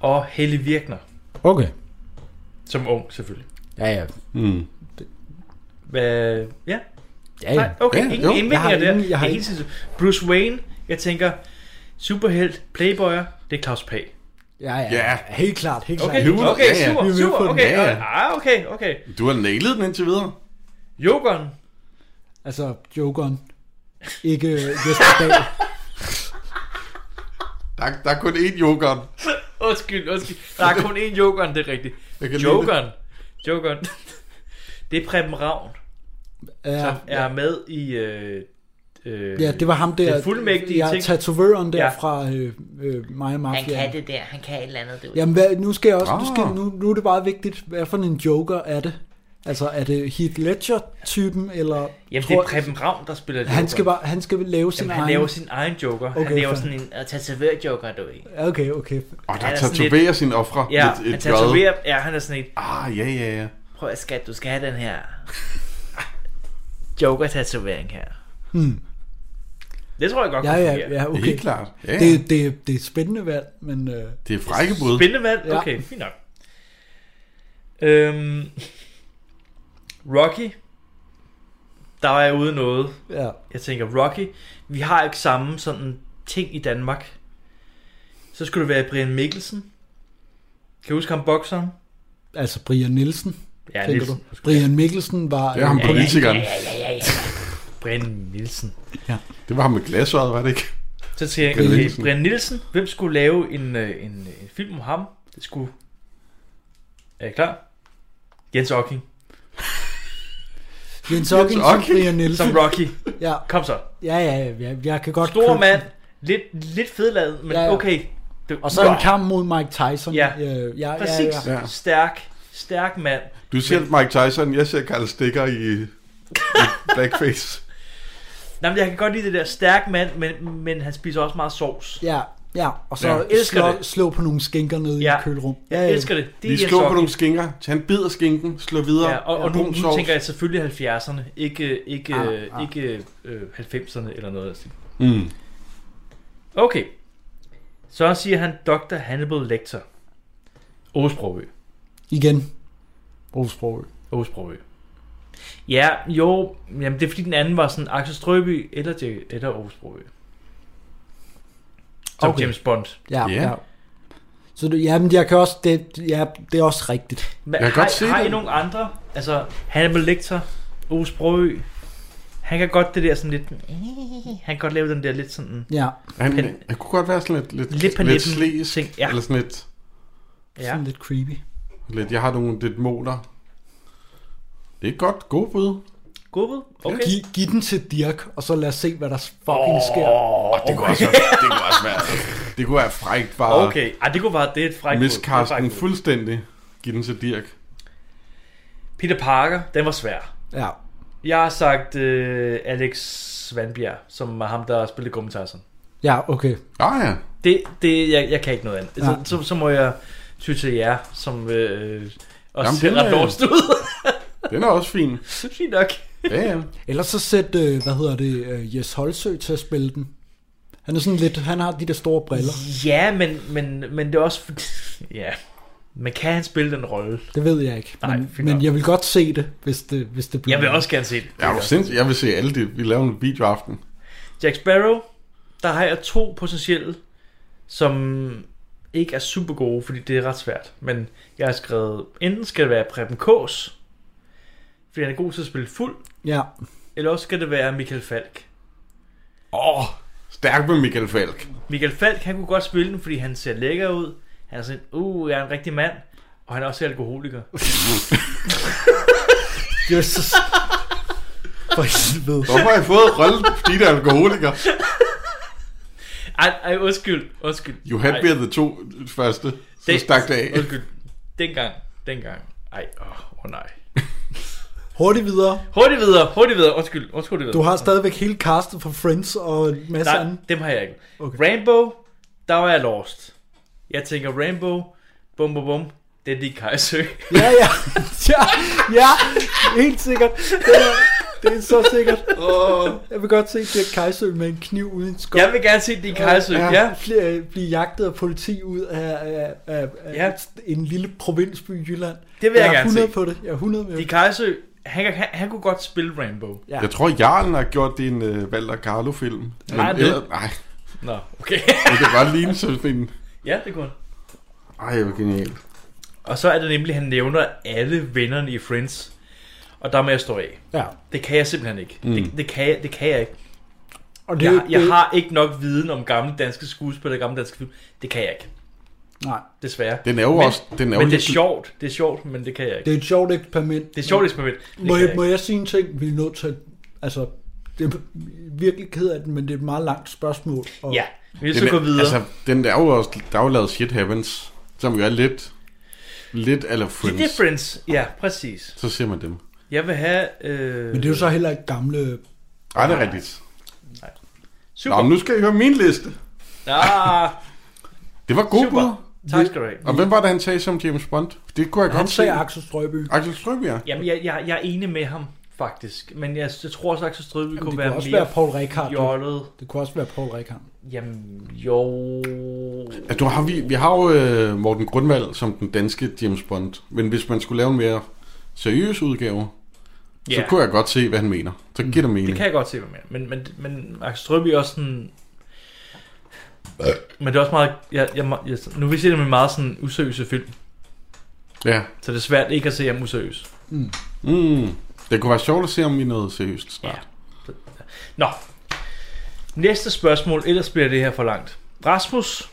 [SPEAKER 2] og Helle Virkner,
[SPEAKER 4] Okay.
[SPEAKER 2] som ung selvfølgelig.
[SPEAKER 4] Ja, ja.
[SPEAKER 3] Mm.
[SPEAKER 2] Hvad? Ja,
[SPEAKER 4] Ja,
[SPEAKER 2] nej,
[SPEAKER 4] ja.
[SPEAKER 2] okay,
[SPEAKER 3] Ja,
[SPEAKER 2] ingen
[SPEAKER 3] jo.
[SPEAKER 2] indvendinger
[SPEAKER 4] Jeg har
[SPEAKER 2] der.
[SPEAKER 4] ingen- jeg har
[SPEAKER 2] er helt sindssygt. Bruce Wayne, jeg tænker, superhelt, playboyer, det er Claus Pag.
[SPEAKER 4] Ja, ja.
[SPEAKER 3] Ja.
[SPEAKER 4] Helt klart, helt klart.
[SPEAKER 2] Okay,
[SPEAKER 3] Himmel.
[SPEAKER 2] okay,
[SPEAKER 3] Ja, ja.
[SPEAKER 2] super,
[SPEAKER 4] Vi er med på
[SPEAKER 2] super,
[SPEAKER 4] den.
[SPEAKER 2] okay.
[SPEAKER 3] Ja, ja.
[SPEAKER 2] Ah, okay, okay.
[SPEAKER 3] Du har nailet den indtil videre.
[SPEAKER 2] Jokeren,
[SPEAKER 4] Altså, jokeren. Ikke øh, Vesterdag.
[SPEAKER 3] Der, er- der er kun én yoghurt.
[SPEAKER 2] undskyld, undskyld. Der er kun én jokeren, det er rigtigt.
[SPEAKER 3] Jeg kan lide
[SPEAKER 2] Jokeren, jokeren. Det er Preben Ravn,
[SPEAKER 4] ja,
[SPEAKER 2] som er med i... Øh, øh,
[SPEAKER 4] ja, det var ham der.
[SPEAKER 2] Den fuldmægtige
[SPEAKER 4] ja,
[SPEAKER 2] ting.
[SPEAKER 4] tatovøren der
[SPEAKER 2] Ja.
[SPEAKER 4] ja. fra øh, øh, Maja Mafia.
[SPEAKER 8] Han kan det der, han kan et eller andet, du.
[SPEAKER 4] Jamen, hvad, nu, skal jeg også, nu,
[SPEAKER 3] Ah.
[SPEAKER 4] skal, nu, nu er det bare vigtigt, hvad for en joker er det? Altså, er det Heath Ledger-typen, eller...
[SPEAKER 2] Jamen, det
[SPEAKER 4] tror-
[SPEAKER 2] er Preben Ravn, der spiller jokeren.
[SPEAKER 4] han skal, bare, han skal lave sin
[SPEAKER 2] Jamen,
[SPEAKER 4] egen...
[SPEAKER 2] han laver sin egen joker. Okay,
[SPEAKER 4] Okay,
[SPEAKER 2] han laver
[SPEAKER 4] fair.
[SPEAKER 2] sådan en uh, tatoverjoker, du ved.
[SPEAKER 4] Okay, okay.
[SPEAKER 3] Og der
[SPEAKER 2] Han er sådan
[SPEAKER 3] tatoverer sine ofre.
[SPEAKER 2] Ja,
[SPEAKER 3] med
[SPEAKER 2] han
[SPEAKER 3] grad.
[SPEAKER 2] tatoverer. Ja, han er sådan en,
[SPEAKER 3] Ah, ja, ja, ja.
[SPEAKER 2] prøv at skat, du skal have den her joker-tatovering her. Hmm. Det tror jeg godt
[SPEAKER 4] Ja,
[SPEAKER 2] kunne
[SPEAKER 4] ja,
[SPEAKER 2] fungere.
[SPEAKER 4] ja,
[SPEAKER 3] Okay.
[SPEAKER 4] okay.
[SPEAKER 3] Helt klart. Ja, ja.
[SPEAKER 4] Det, det, det er et spændende valg, men... Øh,
[SPEAKER 3] Det er frække bud.
[SPEAKER 2] Spændende valg?
[SPEAKER 4] Ja.
[SPEAKER 2] Okay, fint nok. Øhm, Rocky. Der var jeg ude i noget.
[SPEAKER 4] ja.
[SPEAKER 2] Jeg tænker, Rocky, vi har ikke samme sådan ting i Danmark. Så skulle det være Brian Mikkelsen. Kan du huske ham, bokseren?
[SPEAKER 4] Altså, Brian Nielsen,
[SPEAKER 2] Ja,
[SPEAKER 4] tænker
[SPEAKER 2] Nielsen.
[SPEAKER 4] du? Brian Mikkelsen var...
[SPEAKER 3] Det er ham
[SPEAKER 4] øh,
[SPEAKER 3] politikeren.
[SPEAKER 2] Brian Nielsen.
[SPEAKER 3] Det var ham med glasøjet, var det ikke?
[SPEAKER 2] Så tænker jeg,
[SPEAKER 3] Brian
[SPEAKER 2] okay,
[SPEAKER 3] Nielsen.
[SPEAKER 2] Brian Nielsen, hvem skulle lave en, øh, en, øh, en film om ham? Det skulle... Er I klar? Jens Ocking,
[SPEAKER 4] Jens Ocking som
[SPEAKER 3] Ocking.
[SPEAKER 4] Brian Nielsen.
[SPEAKER 2] som Rocky.
[SPEAKER 4] Ja,
[SPEAKER 2] Kom så.
[SPEAKER 4] ja, ja, ja, jeg kan godt...
[SPEAKER 2] Stor
[SPEAKER 4] købe
[SPEAKER 2] mand,
[SPEAKER 4] den.
[SPEAKER 2] lidt, lidt fedladet, men
[SPEAKER 4] Ja, ja.
[SPEAKER 2] okay. Det,
[SPEAKER 4] Og så en kamp mod Mike Tyson.
[SPEAKER 2] Ja.
[SPEAKER 4] øh, ja,
[SPEAKER 2] Præcis.
[SPEAKER 4] Ja, ja.
[SPEAKER 3] Ja.
[SPEAKER 2] Stærk, stærk mand.
[SPEAKER 3] Du ser Mike Tyson, jeg ser Karl Stikker i, i blackface.
[SPEAKER 2] Nej, men jeg kan godt lide det der stærk mand, men, men han spiser også meget sovs.
[SPEAKER 4] Ja, ja, og så
[SPEAKER 2] Ja, jeg
[SPEAKER 4] ja,
[SPEAKER 2] elsker
[SPEAKER 4] slå,
[SPEAKER 2] det.
[SPEAKER 4] slå på nogle skinker nede ja. i
[SPEAKER 2] Ja.
[SPEAKER 4] et kølerum. Ja,
[SPEAKER 2] Jeg elsker det. Det er Jens
[SPEAKER 3] Vi slår på
[SPEAKER 2] Ocking.
[SPEAKER 3] nogle skinker. Han bider skinken, slår videre.
[SPEAKER 2] Ja, og, og nu,
[SPEAKER 3] brun
[SPEAKER 2] nu
[SPEAKER 3] sovs.
[SPEAKER 2] tænker jeg selvfølgelig 70'erne, ikke, ikke,
[SPEAKER 4] Ah,
[SPEAKER 2] ah,
[SPEAKER 4] ah.
[SPEAKER 2] ikke øh, 90'erne eller noget af den stil.
[SPEAKER 3] Mm.
[SPEAKER 2] Okay. Så siger han Dr. Hannibal Lecter. Åsbrogø.
[SPEAKER 4] Igen. Brugsprog.
[SPEAKER 2] Åsbrogø. Ja, jo, jamen det er fordi den anden var sådan Axel Strøby eller, J- eller Åsbrogø. Som
[SPEAKER 4] Okay.
[SPEAKER 2] okay. James Bond.
[SPEAKER 4] Ja,
[SPEAKER 3] Ja.
[SPEAKER 4] yeah. ja. Så det, ja, men jeg kan også, det, ja, det er også rigtigt.
[SPEAKER 2] Men,
[SPEAKER 3] Jeg kan
[SPEAKER 2] har,
[SPEAKER 3] godt se
[SPEAKER 2] har I
[SPEAKER 3] den.
[SPEAKER 2] nogle andre? Altså Hannibal Lecter, Åsbrogø. Han kan godt det der sådan lidt... Han kan godt lave den der lidt sådan...
[SPEAKER 4] Ja,
[SPEAKER 3] Han,
[SPEAKER 2] Pen-
[SPEAKER 3] han kunne godt være sådan lidt, lidt,
[SPEAKER 2] Lidt på
[SPEAKER 3] lidt
[SPEAKER 2] nippen,
[SPEAKER 3] slæsk,
[SPEAKER 2] ting, ja.
[SPEAKER 3] eller sådan lidt,
[SPEAKER 4] ja.
[SPEAKER 2] Ja.
[SPEAKER 4] sådan lidt creepy.
[SPEAKER 3] lidt, jeg har nogle lidt moler. Det er et godt, god bud.
[SPEAKER 2] Godbud? Okay.
[SPEAKER 4] Giv, giv den til Dirk, og så lad os se, hvad der fucking oh. sker.
[SPEAKER 3] Og det kunne også være, det kunne også være, det kunne være frækt bare okay.
[SPEAKER 2] Okay, Ej, det kunne være, det er et frækt bud. Det er et
[SPEAKER 3] miskaste
[SPEAKER 2] frækt
[SPEAKER 3] den
[SPEAKER 2] bud.
[SPEAKER 3] fuldstændig. Giv den til Dirk.
[SPEAKER 2] Peter Parker, den var svær.
[SPEAKER 4] Ja,
[SPEAKER 2] Jeg har sagt øh, Alex Svandbjerg, som er ham, der spillede Gummitarsen.
[SPEAKER 4] ja okay.
[SPEAKER 3] Ah ja,
[SPEAKER 2] Det, det jeg, jeg kan ikke noget andet. Ja. Så,
[SPEAKER 4] Nej.
[SPEAKER 2] så, så, må jeg ty til jer, som øh, også
[SPEAKER 3] Jamen,
[SPEAKER 2] ser
[SPEAKER 3] den
[SPEAKER 2] ret
[SPEAKER 3] er-
[SPEAKER 2] dårligt ud.
[SPEAKER 3] den er også fin.
[SPEAKER 2] Fint nok.
[SPEAKER 3] Ja, ja.
[SPEAKER 4] Ellers så sæt, øh, hvad hedder det, øh, Jes Holsø til at spille den. Han er sådan lidt, han har de der store briller.
[SPEAKER 2] Ja, men, men, men det er også... Ja, men kan han spille den rolle?
[SPEAKER 4] Det ved jeg ikke.
[SPEAKER 2] Nej,
[SPEAKER 4] men,
[SPEAKER 2] fint nok.
[SPEAKER 4] men jeg vil godt se det, hvis det, hvis det bliver...
[SPEAKER 2] Jeg vil også gerne se det.
[SPEAKER 3] Jeg, er jo sindssyg, jeg vil se alle det. Vi laver en videoaften.
[SPEAKER 2] Jack Sparrow, der har jeg to potentielle, som ikke er super gode, fordi det er ret svært. Men jeg har skrevet, enten skal det være Preben Kås, fordi han er god til at spille fuld,
[SPEAKER 4] Ja.
[SPEAKER 2] eller også skal det være Michael Falk.
[SPEAKER 3] Åh, oh, stærk med Michael Falk.
[SPEAKER 2] Michael Falk, han kunne godt spille den, fordi han ser lækker ud. Han er sådan, uh, jeg er en rigtig mand. Og han er også alkoholiker.
[SPEAKER 4] Jesus. For helvede.
[SPEAKER 3] Hvorfor har jeg fået rollen, fordi det er alkoholiker?
[SPEAKER 2] Ej, ej, undskyld, undskyld.
[SPEAKER 3] You had
[SPEAKER 2] Ej,
[SPEAKER 3] been the to første, så det, stak det af.
[SPEAKER 2] Undskyld, dengang, dengang. Ej, åh, oh, oh, nej.
[SPEAKER 4] Hurtigt videre.
[SPEAKER 2] Hurtigt videre, hurtigt videre, undskyld, undskyld, hurtigt videre.
[SPEAKER 4] Du har stadigvæk hele castet fra Friends og en masse
[SPEAKER 2] Nej,
[SPEAKER 4] andet.
[SPEAKER 2] dem har jeg ikke.
[SPEAKER 4] Okay.
[SPEAKER 2] Okay. Rainbow, der var jeg lost. Jeg tænker Rainbow, bum bum bum, det er de Kajsø.
[SPEAKER 4] Ja, ja. ja, ja. Helt sikkert. Det er, det er så sikkert. Jeg vil godt se Dirk Kajsø med en kniv uden skov.
[SPEAKER 2] jeg vil gerne se de Kajsø, ja.
[SPEAKER 4] ja.
[SPEAKER 2] ja.
[SPEAKER 4] Blive, blive jagtet af politi ud af, af, af, af ja.
[SPEAKER 2] Ja.
[SPEAKER 4] en lille provinsby i Jylland.
[SPEAKER 2] Det vil jeg,
[SPEAKER 4] jeg er
[SPEAKER 2] gerne
[SPEAKER 4] 100
[SPEAKER 2] se.
[SPEAKER 4] på det. Jeg er 100 med.
[SPEAKER 2] De Kajsø, han, kan- han, han kunne godt spille Rainbow.
[SPEAKER 4] Ja.
[SPEAKER 3] Jeg tror, Jarlen har gjort det i en uh, Valder Carlo-film. Men
[SPEAKER 2] Nej, det-
[SPEAKER 3] ellers- nej,
[SPEAKER 2] Nå, okay.
[SPEAKER 3] det kan bare ligne sådan en...
[SPEAKER 2] ja, det kunne han.
[SPEAKER 3] Ej, hvor genialt.
[SPEAKER 2] Og så er det nemlig, at han nævner alle vennerne i Friends. Og der må jeg stå af.
[SPEAKER 4] ja.
[SPEAKER 2] Det kan jeg simpelthen ikke. Mm. Det, det, kan jeg, det kan jeg ikke.
[SPEAKER 4] Og det,
[SPEAKER 2] Jeg, jeg
[SPEAKER 4] det,
[SPEAKER 2] har ikke nok viden om gamle danske skuespillere og gamle danske film. Det kan jeg ikke,
[SPEAKER 4] Nej,
[SPEAKER 2] desværre.
[SPEAKER 3] Den er jo
[SPEAKER 2] Men-
[SPEAKER 3] også... Den er
[SPEAKER 2] Men
[SPEAKER 3] jo
[SPEAKER 2] det er
[SPEAKER 3] lidt-
[SPEAKER 2] sjovt, det er sjovt, men det kan jeg ikke.
[SPEAKER 4] det er et sjovt eksperiment.
[SPEAKER 2] Det er et sjovt eksperiment. Det
[SPEAKER 4] Må
[SPEAKER 2] kan
[SPEAKER 4] jeg,
[SPEAKER 2] jeg
[SPEAKER 4] må
[SPEAKER 2] ikke.
[SPEAKER 4] jeg sige en ting, vi er nødt til? Altså, det er virkelig ked af det, men det er et meget langt spørgsmål. Og
[SPEAKER 2] Ja, vi
[SPEAKER 3] Den
[SPEAKER 2] skal gå
[SPEAKER 3] er,
[SPEAKER 2] videre.
[SPEAKER 3] altså, den der er jo også... Der er jo lavet Shit Happens, som jo er lidt... Lidt eller
[SPEAKER 2] The
[SPEAKER 3] Friends.
[SPEAKER 2] Difference, ja, præcis.
[SPEAKER 3] Så ser man dem.
[SPEAKER 2] Jeg vil have... Øh,
[SPEAKER 4] Men det er jo så heller ikke gamle...
[SPEAKER 3] Ej, det er rigtigt. Nå,
[SPEAKER 2] Super.
[SPEAKER 3] men nu skal I høre min liste.
[SPEAKER 2] Ah,
[SPEAKER 3] Det var god
[SPEAKER 2] super.
[SPEAKER 3] bud.
[SPEAKER 2] Tak skal du have.
[SPEAKER 3] Og hvem var det, han sagde som James Bond? Det kunne jeg
[SPEAKER 4] Han
[SPEAKER 3] godt se.
[SPEAKER 4] sagde Axel Strøby.
[SPEAKER 3] Axel Strøby, ja.
[SPEAKER 2] Jamen, jeg, jeg, jeg er enig med ham, faktisk. Men jeg, jeg tror også, at Axel Strøby kunne,
[SPEAKER 4] Det
[SPEAKER 2] være
[SPEAKER 4] kunne også
[SPEAKER 2] mere
[SPEAKER 4] være Paul Rekard.
[SPEAKER 2] fjollet.
[SPEAKER 4] Det kunne også være Paul Rekard.
[SPEAKER 2] Jamen, jo...
[SPEAKER 3] Altså, nu har vi, vi har jo øh, Morten Grundvald som den danske James Bond. Men hvis man skulle lave en mere seriøs udgave,
[SPEAKER 2] Ja, Mm.
[SPEAKER 3] så kunne jeg godt se, hvad han mener. Så giver det mening.
[SPEAKER 2] det kan jeg godt se, hvad man men, men, men Axel Strøby er også sådan... Men det er også meget... Jeg, jeg, jeg, nu vil jeg se det med meget sådan useriøse film,
[SPEAKER 3] Ja.
[SPEAKER 2] så det er svært ikke at se ham useriøs.
[SPEAKER 3] Mm. Det kunne være sjovt at se om i noget seriøst
[SPEAKER 2] Ja.
[SPEAKER 3] snart.
[SPEAKER 2] Nå. Næste spørgsmål, ellers bliver det her for langt. Rasmus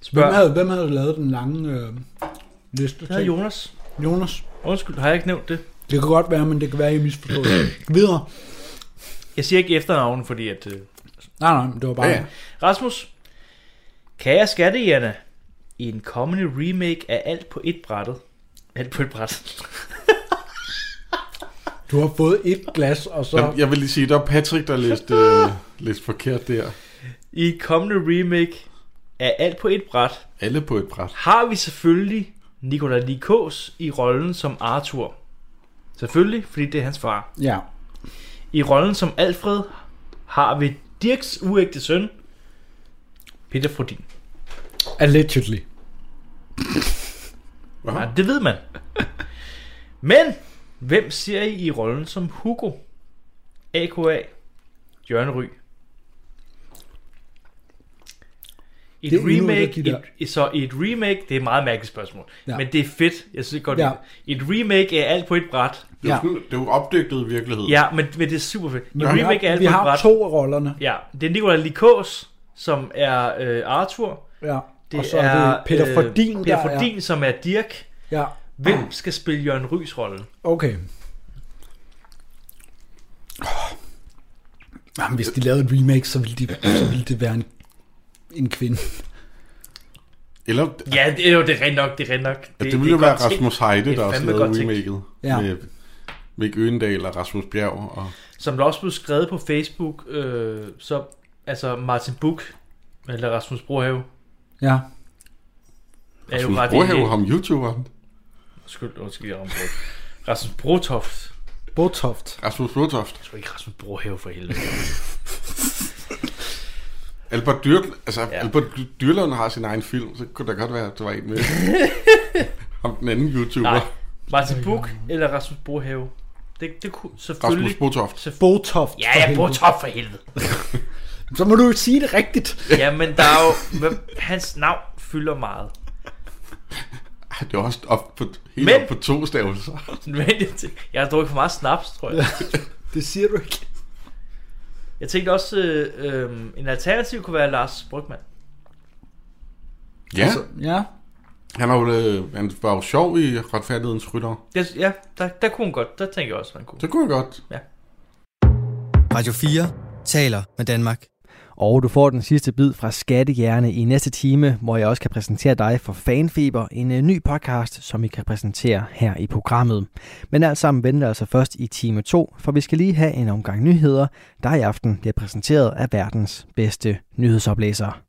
[SPEAKER 2] spørger...
[SPEAKER 4] Hvem havde, hvem havde lavet den lange øh, liste
[SPEAKER 2] Det hedder
[SPEAKER 4] til?
[SPEAKER 2] Jonas.
[SPEAKER 4] Jonas.
[SPEAKER 2] Undskyld, har jeg ikke nævnt det?
[SPEAKER 4] Det kan godt være, men det kan være, I misforstod. det. Videre.
[SPEAKER 2] Jeg siger ikke efternavn, fordi at... Øh...
[SPEAKER 4] Nej, nej, men det var bare...
[SPEAKER 3] Ja, ja.
[SPEAKER 2] Rasmus, kære skattejerne, i en kommende remake af Alt på et brættet. Alt på et bræt.
[SPEAKER 4] Du har fået et glas, og så...
[SPEAKER 3] Jeg, jeg vil lige sige, der er Patrick, der læste, øh, læste forkert der.
[SPEAKER 2] I en kommende remake af Alt på et bræt
[SPEAKER 3] Alle på et bræt.
[SPEAKER 2] har vi selvfølgelig Nikolaj Likos i rollen som Arthur. Selvfølgelig, fordi det er hans far.
[SPEAKER 4] Ja.
[SPEAKER 2] I rollen som Alfred har vi Dirks uægte søn, Peter Frodin.
[SPEAKER 4] Allegedly.
[SPEAKER 2] Nej, det ved man. Men, hvem ser I i rollen som Hugo? A.K.A. Jørgen Ry. Et
[SPEAKER 4] Det er endnu et af
[SPEAKER 2] remake,
[SPEAKER 4] de der.
[SPEAKER 2] et, et, så et remake, det er et meget mærkeligt spørgsmål,
[SPEAKER 4] Ja.
[SPEAKER 2] ja. men det er fedt, jeg synes godt,
[SPEAKER 4] Ja.
[SPEAKER 2] ja. et remake er alt på et bræt,
[SPEAKER 3] Det er
[SPEAKER 4] Ja.
[SPEAKER 3] jo, sådan- det er jo opdygtet virkelighed.
[SPEAKER 2] ja, men, men det er super fedt, et
[SPEAKER 4] Men vi
[SPEAKER 2] remake er
[SPEAKER 4] har,
[SPEAKER 2] alt
[SPEAKER 4] vi
[SPEAKER 2] på et
[SPEAKER 4] har
[SPEAKER 2] bræt,
[SPEAKER 4] to af rollerne.
[SPEAKER 2] ja, det er Nicolai Likos, som er øh, Arthur,
[SPEAKER 4] Ja.
[SPEAKER 2] det
[SPEAKER 4] og så er, det Peter
[SPEAKER 2] øh,
[SPEAKER 4] Fordin,
[SPEAKER 2] Peter
[SPEAKER 4] der Ah.
[SPEAKER 2] Fordin, som er Dirk,
[SPEAKER 4] er... Ja,
[SPEAKER 2] hvem skal spille Jørgen Rys rolle?
[SPEAKER 4] okay. Åh. Jamen, hvis de lavede et remake, så ville, de, så ville det være en, en kvinde.
[SPEAKER 3] Eller,
[SPEAKER 2] Ja, det er jo det er rent nok, det er rent nok.
[SPEAKER 3] det, det ville jo
[SPEAKER 2] er
[SPEAKER 3] være
[SPEAKER 2] godt tænkt.
[SPEAKER 3] Rasmus Heide,
[SPEAKER 2] Det er
[SPEAKER 3] der også
[SPEAKER 2] fandme
[SPEAKER 3] lavede
[SPEAKER 2] godt tænkt.
[SPEAKER 3] remaket.
[SPEAKER 4] Ja.
[SPEAKER 3] Med Mick Øgendal og Rasmus Bjerg. Og,
[SPEAKER 2] Som der også blev skrevet på Facebook, øh, så altså Martin Buk, eller Rasmus Brohave,
[SPEAKER 4] Ja.
[SPEAKER 2] er jo
[SPEAKER 3] Rasmus
[SPEAKER 2] ret
[SPEAKER 3] Brohave,
[SPEAKER 2] enig.
[SPEAKER 3] ham YouTuberen.
[SPEAKER 2] Undskyld, undskyld, jeg ramte hovedet. Rasmus Brotoft.
[SPEAKER 4] Botoft.
[SPEAKER 3] Rasmus Brotoft.
[SPEAKER 2] Jeg tror ikke Rasmus Brohave for helvede.
[SPEAKER 3] Albert, Dyr, altså, ja.
[SPEAKER 2] Ja.
[SPEAKER 3] Albert Dyrlund har sin egen film, så kunne der godt være, at der var en med. ham den anden YouTuber.
[SPEAKER 2] Nej, Martin Buk eller Rasmus Brohave. Det, det kunne selvfølgelig...
[SPEAKER 3] Rasmus Brotoft.
[SPEAKER 4] Botoft.
[SPEAKER 2] Ja,
[SPEAKER 4] for
[SPEAKER 2] ja,
[SPEAKER 4] helvede.
[SPEAKER 2] Brotoft for helvede.
[SPEAKER 4] Så må du jo sige det rigtigt.
[SPEAKER 2] Ja, men der er jo... hvem- Hans navn fylder meget.
[SPEAKER 3] Ej, Det er også op på, helt
[SPEAKER 2] Men-
[SPEAKER 3] op på to stavelser.
[SPEAKER 2] Men jeg har drukket for meget snaps, tror jeg.
[SPEAKER 4] Det siger du ikke.
[SPEAKER 2] Jeg tænkte også, øh, øh, en alternativ kunne være Lars Brygman.
[SPEAKER 3] Ja,
[SPEAKER 2] Altså-
[SPEAKER 4] Ja.
[SPEAKER 3] han, er jo, øh, han var jo sjov i Retfærdighedens Rytter.
[SPEAKER 2] Det, ja, der, der kunne hun godt. Der tænker jeg også, man kunne.
[SPEAKER 3] Det kunne jeg godt.
[SPEAKER 1] Radio 4 taler med Danmark. Og du får den sidste bid fra Skattehjerne i næste time, hvor jeg også kan præsentere dig for Fanfeber, en øh, ny podcast, som vi kan præsentere her i programmet. Men alt sammen venter altså først i time 2, for vi skal lige have en omgang nyheder, der i aften bliver præsenteret af verdens bedste nyhedsoplæser.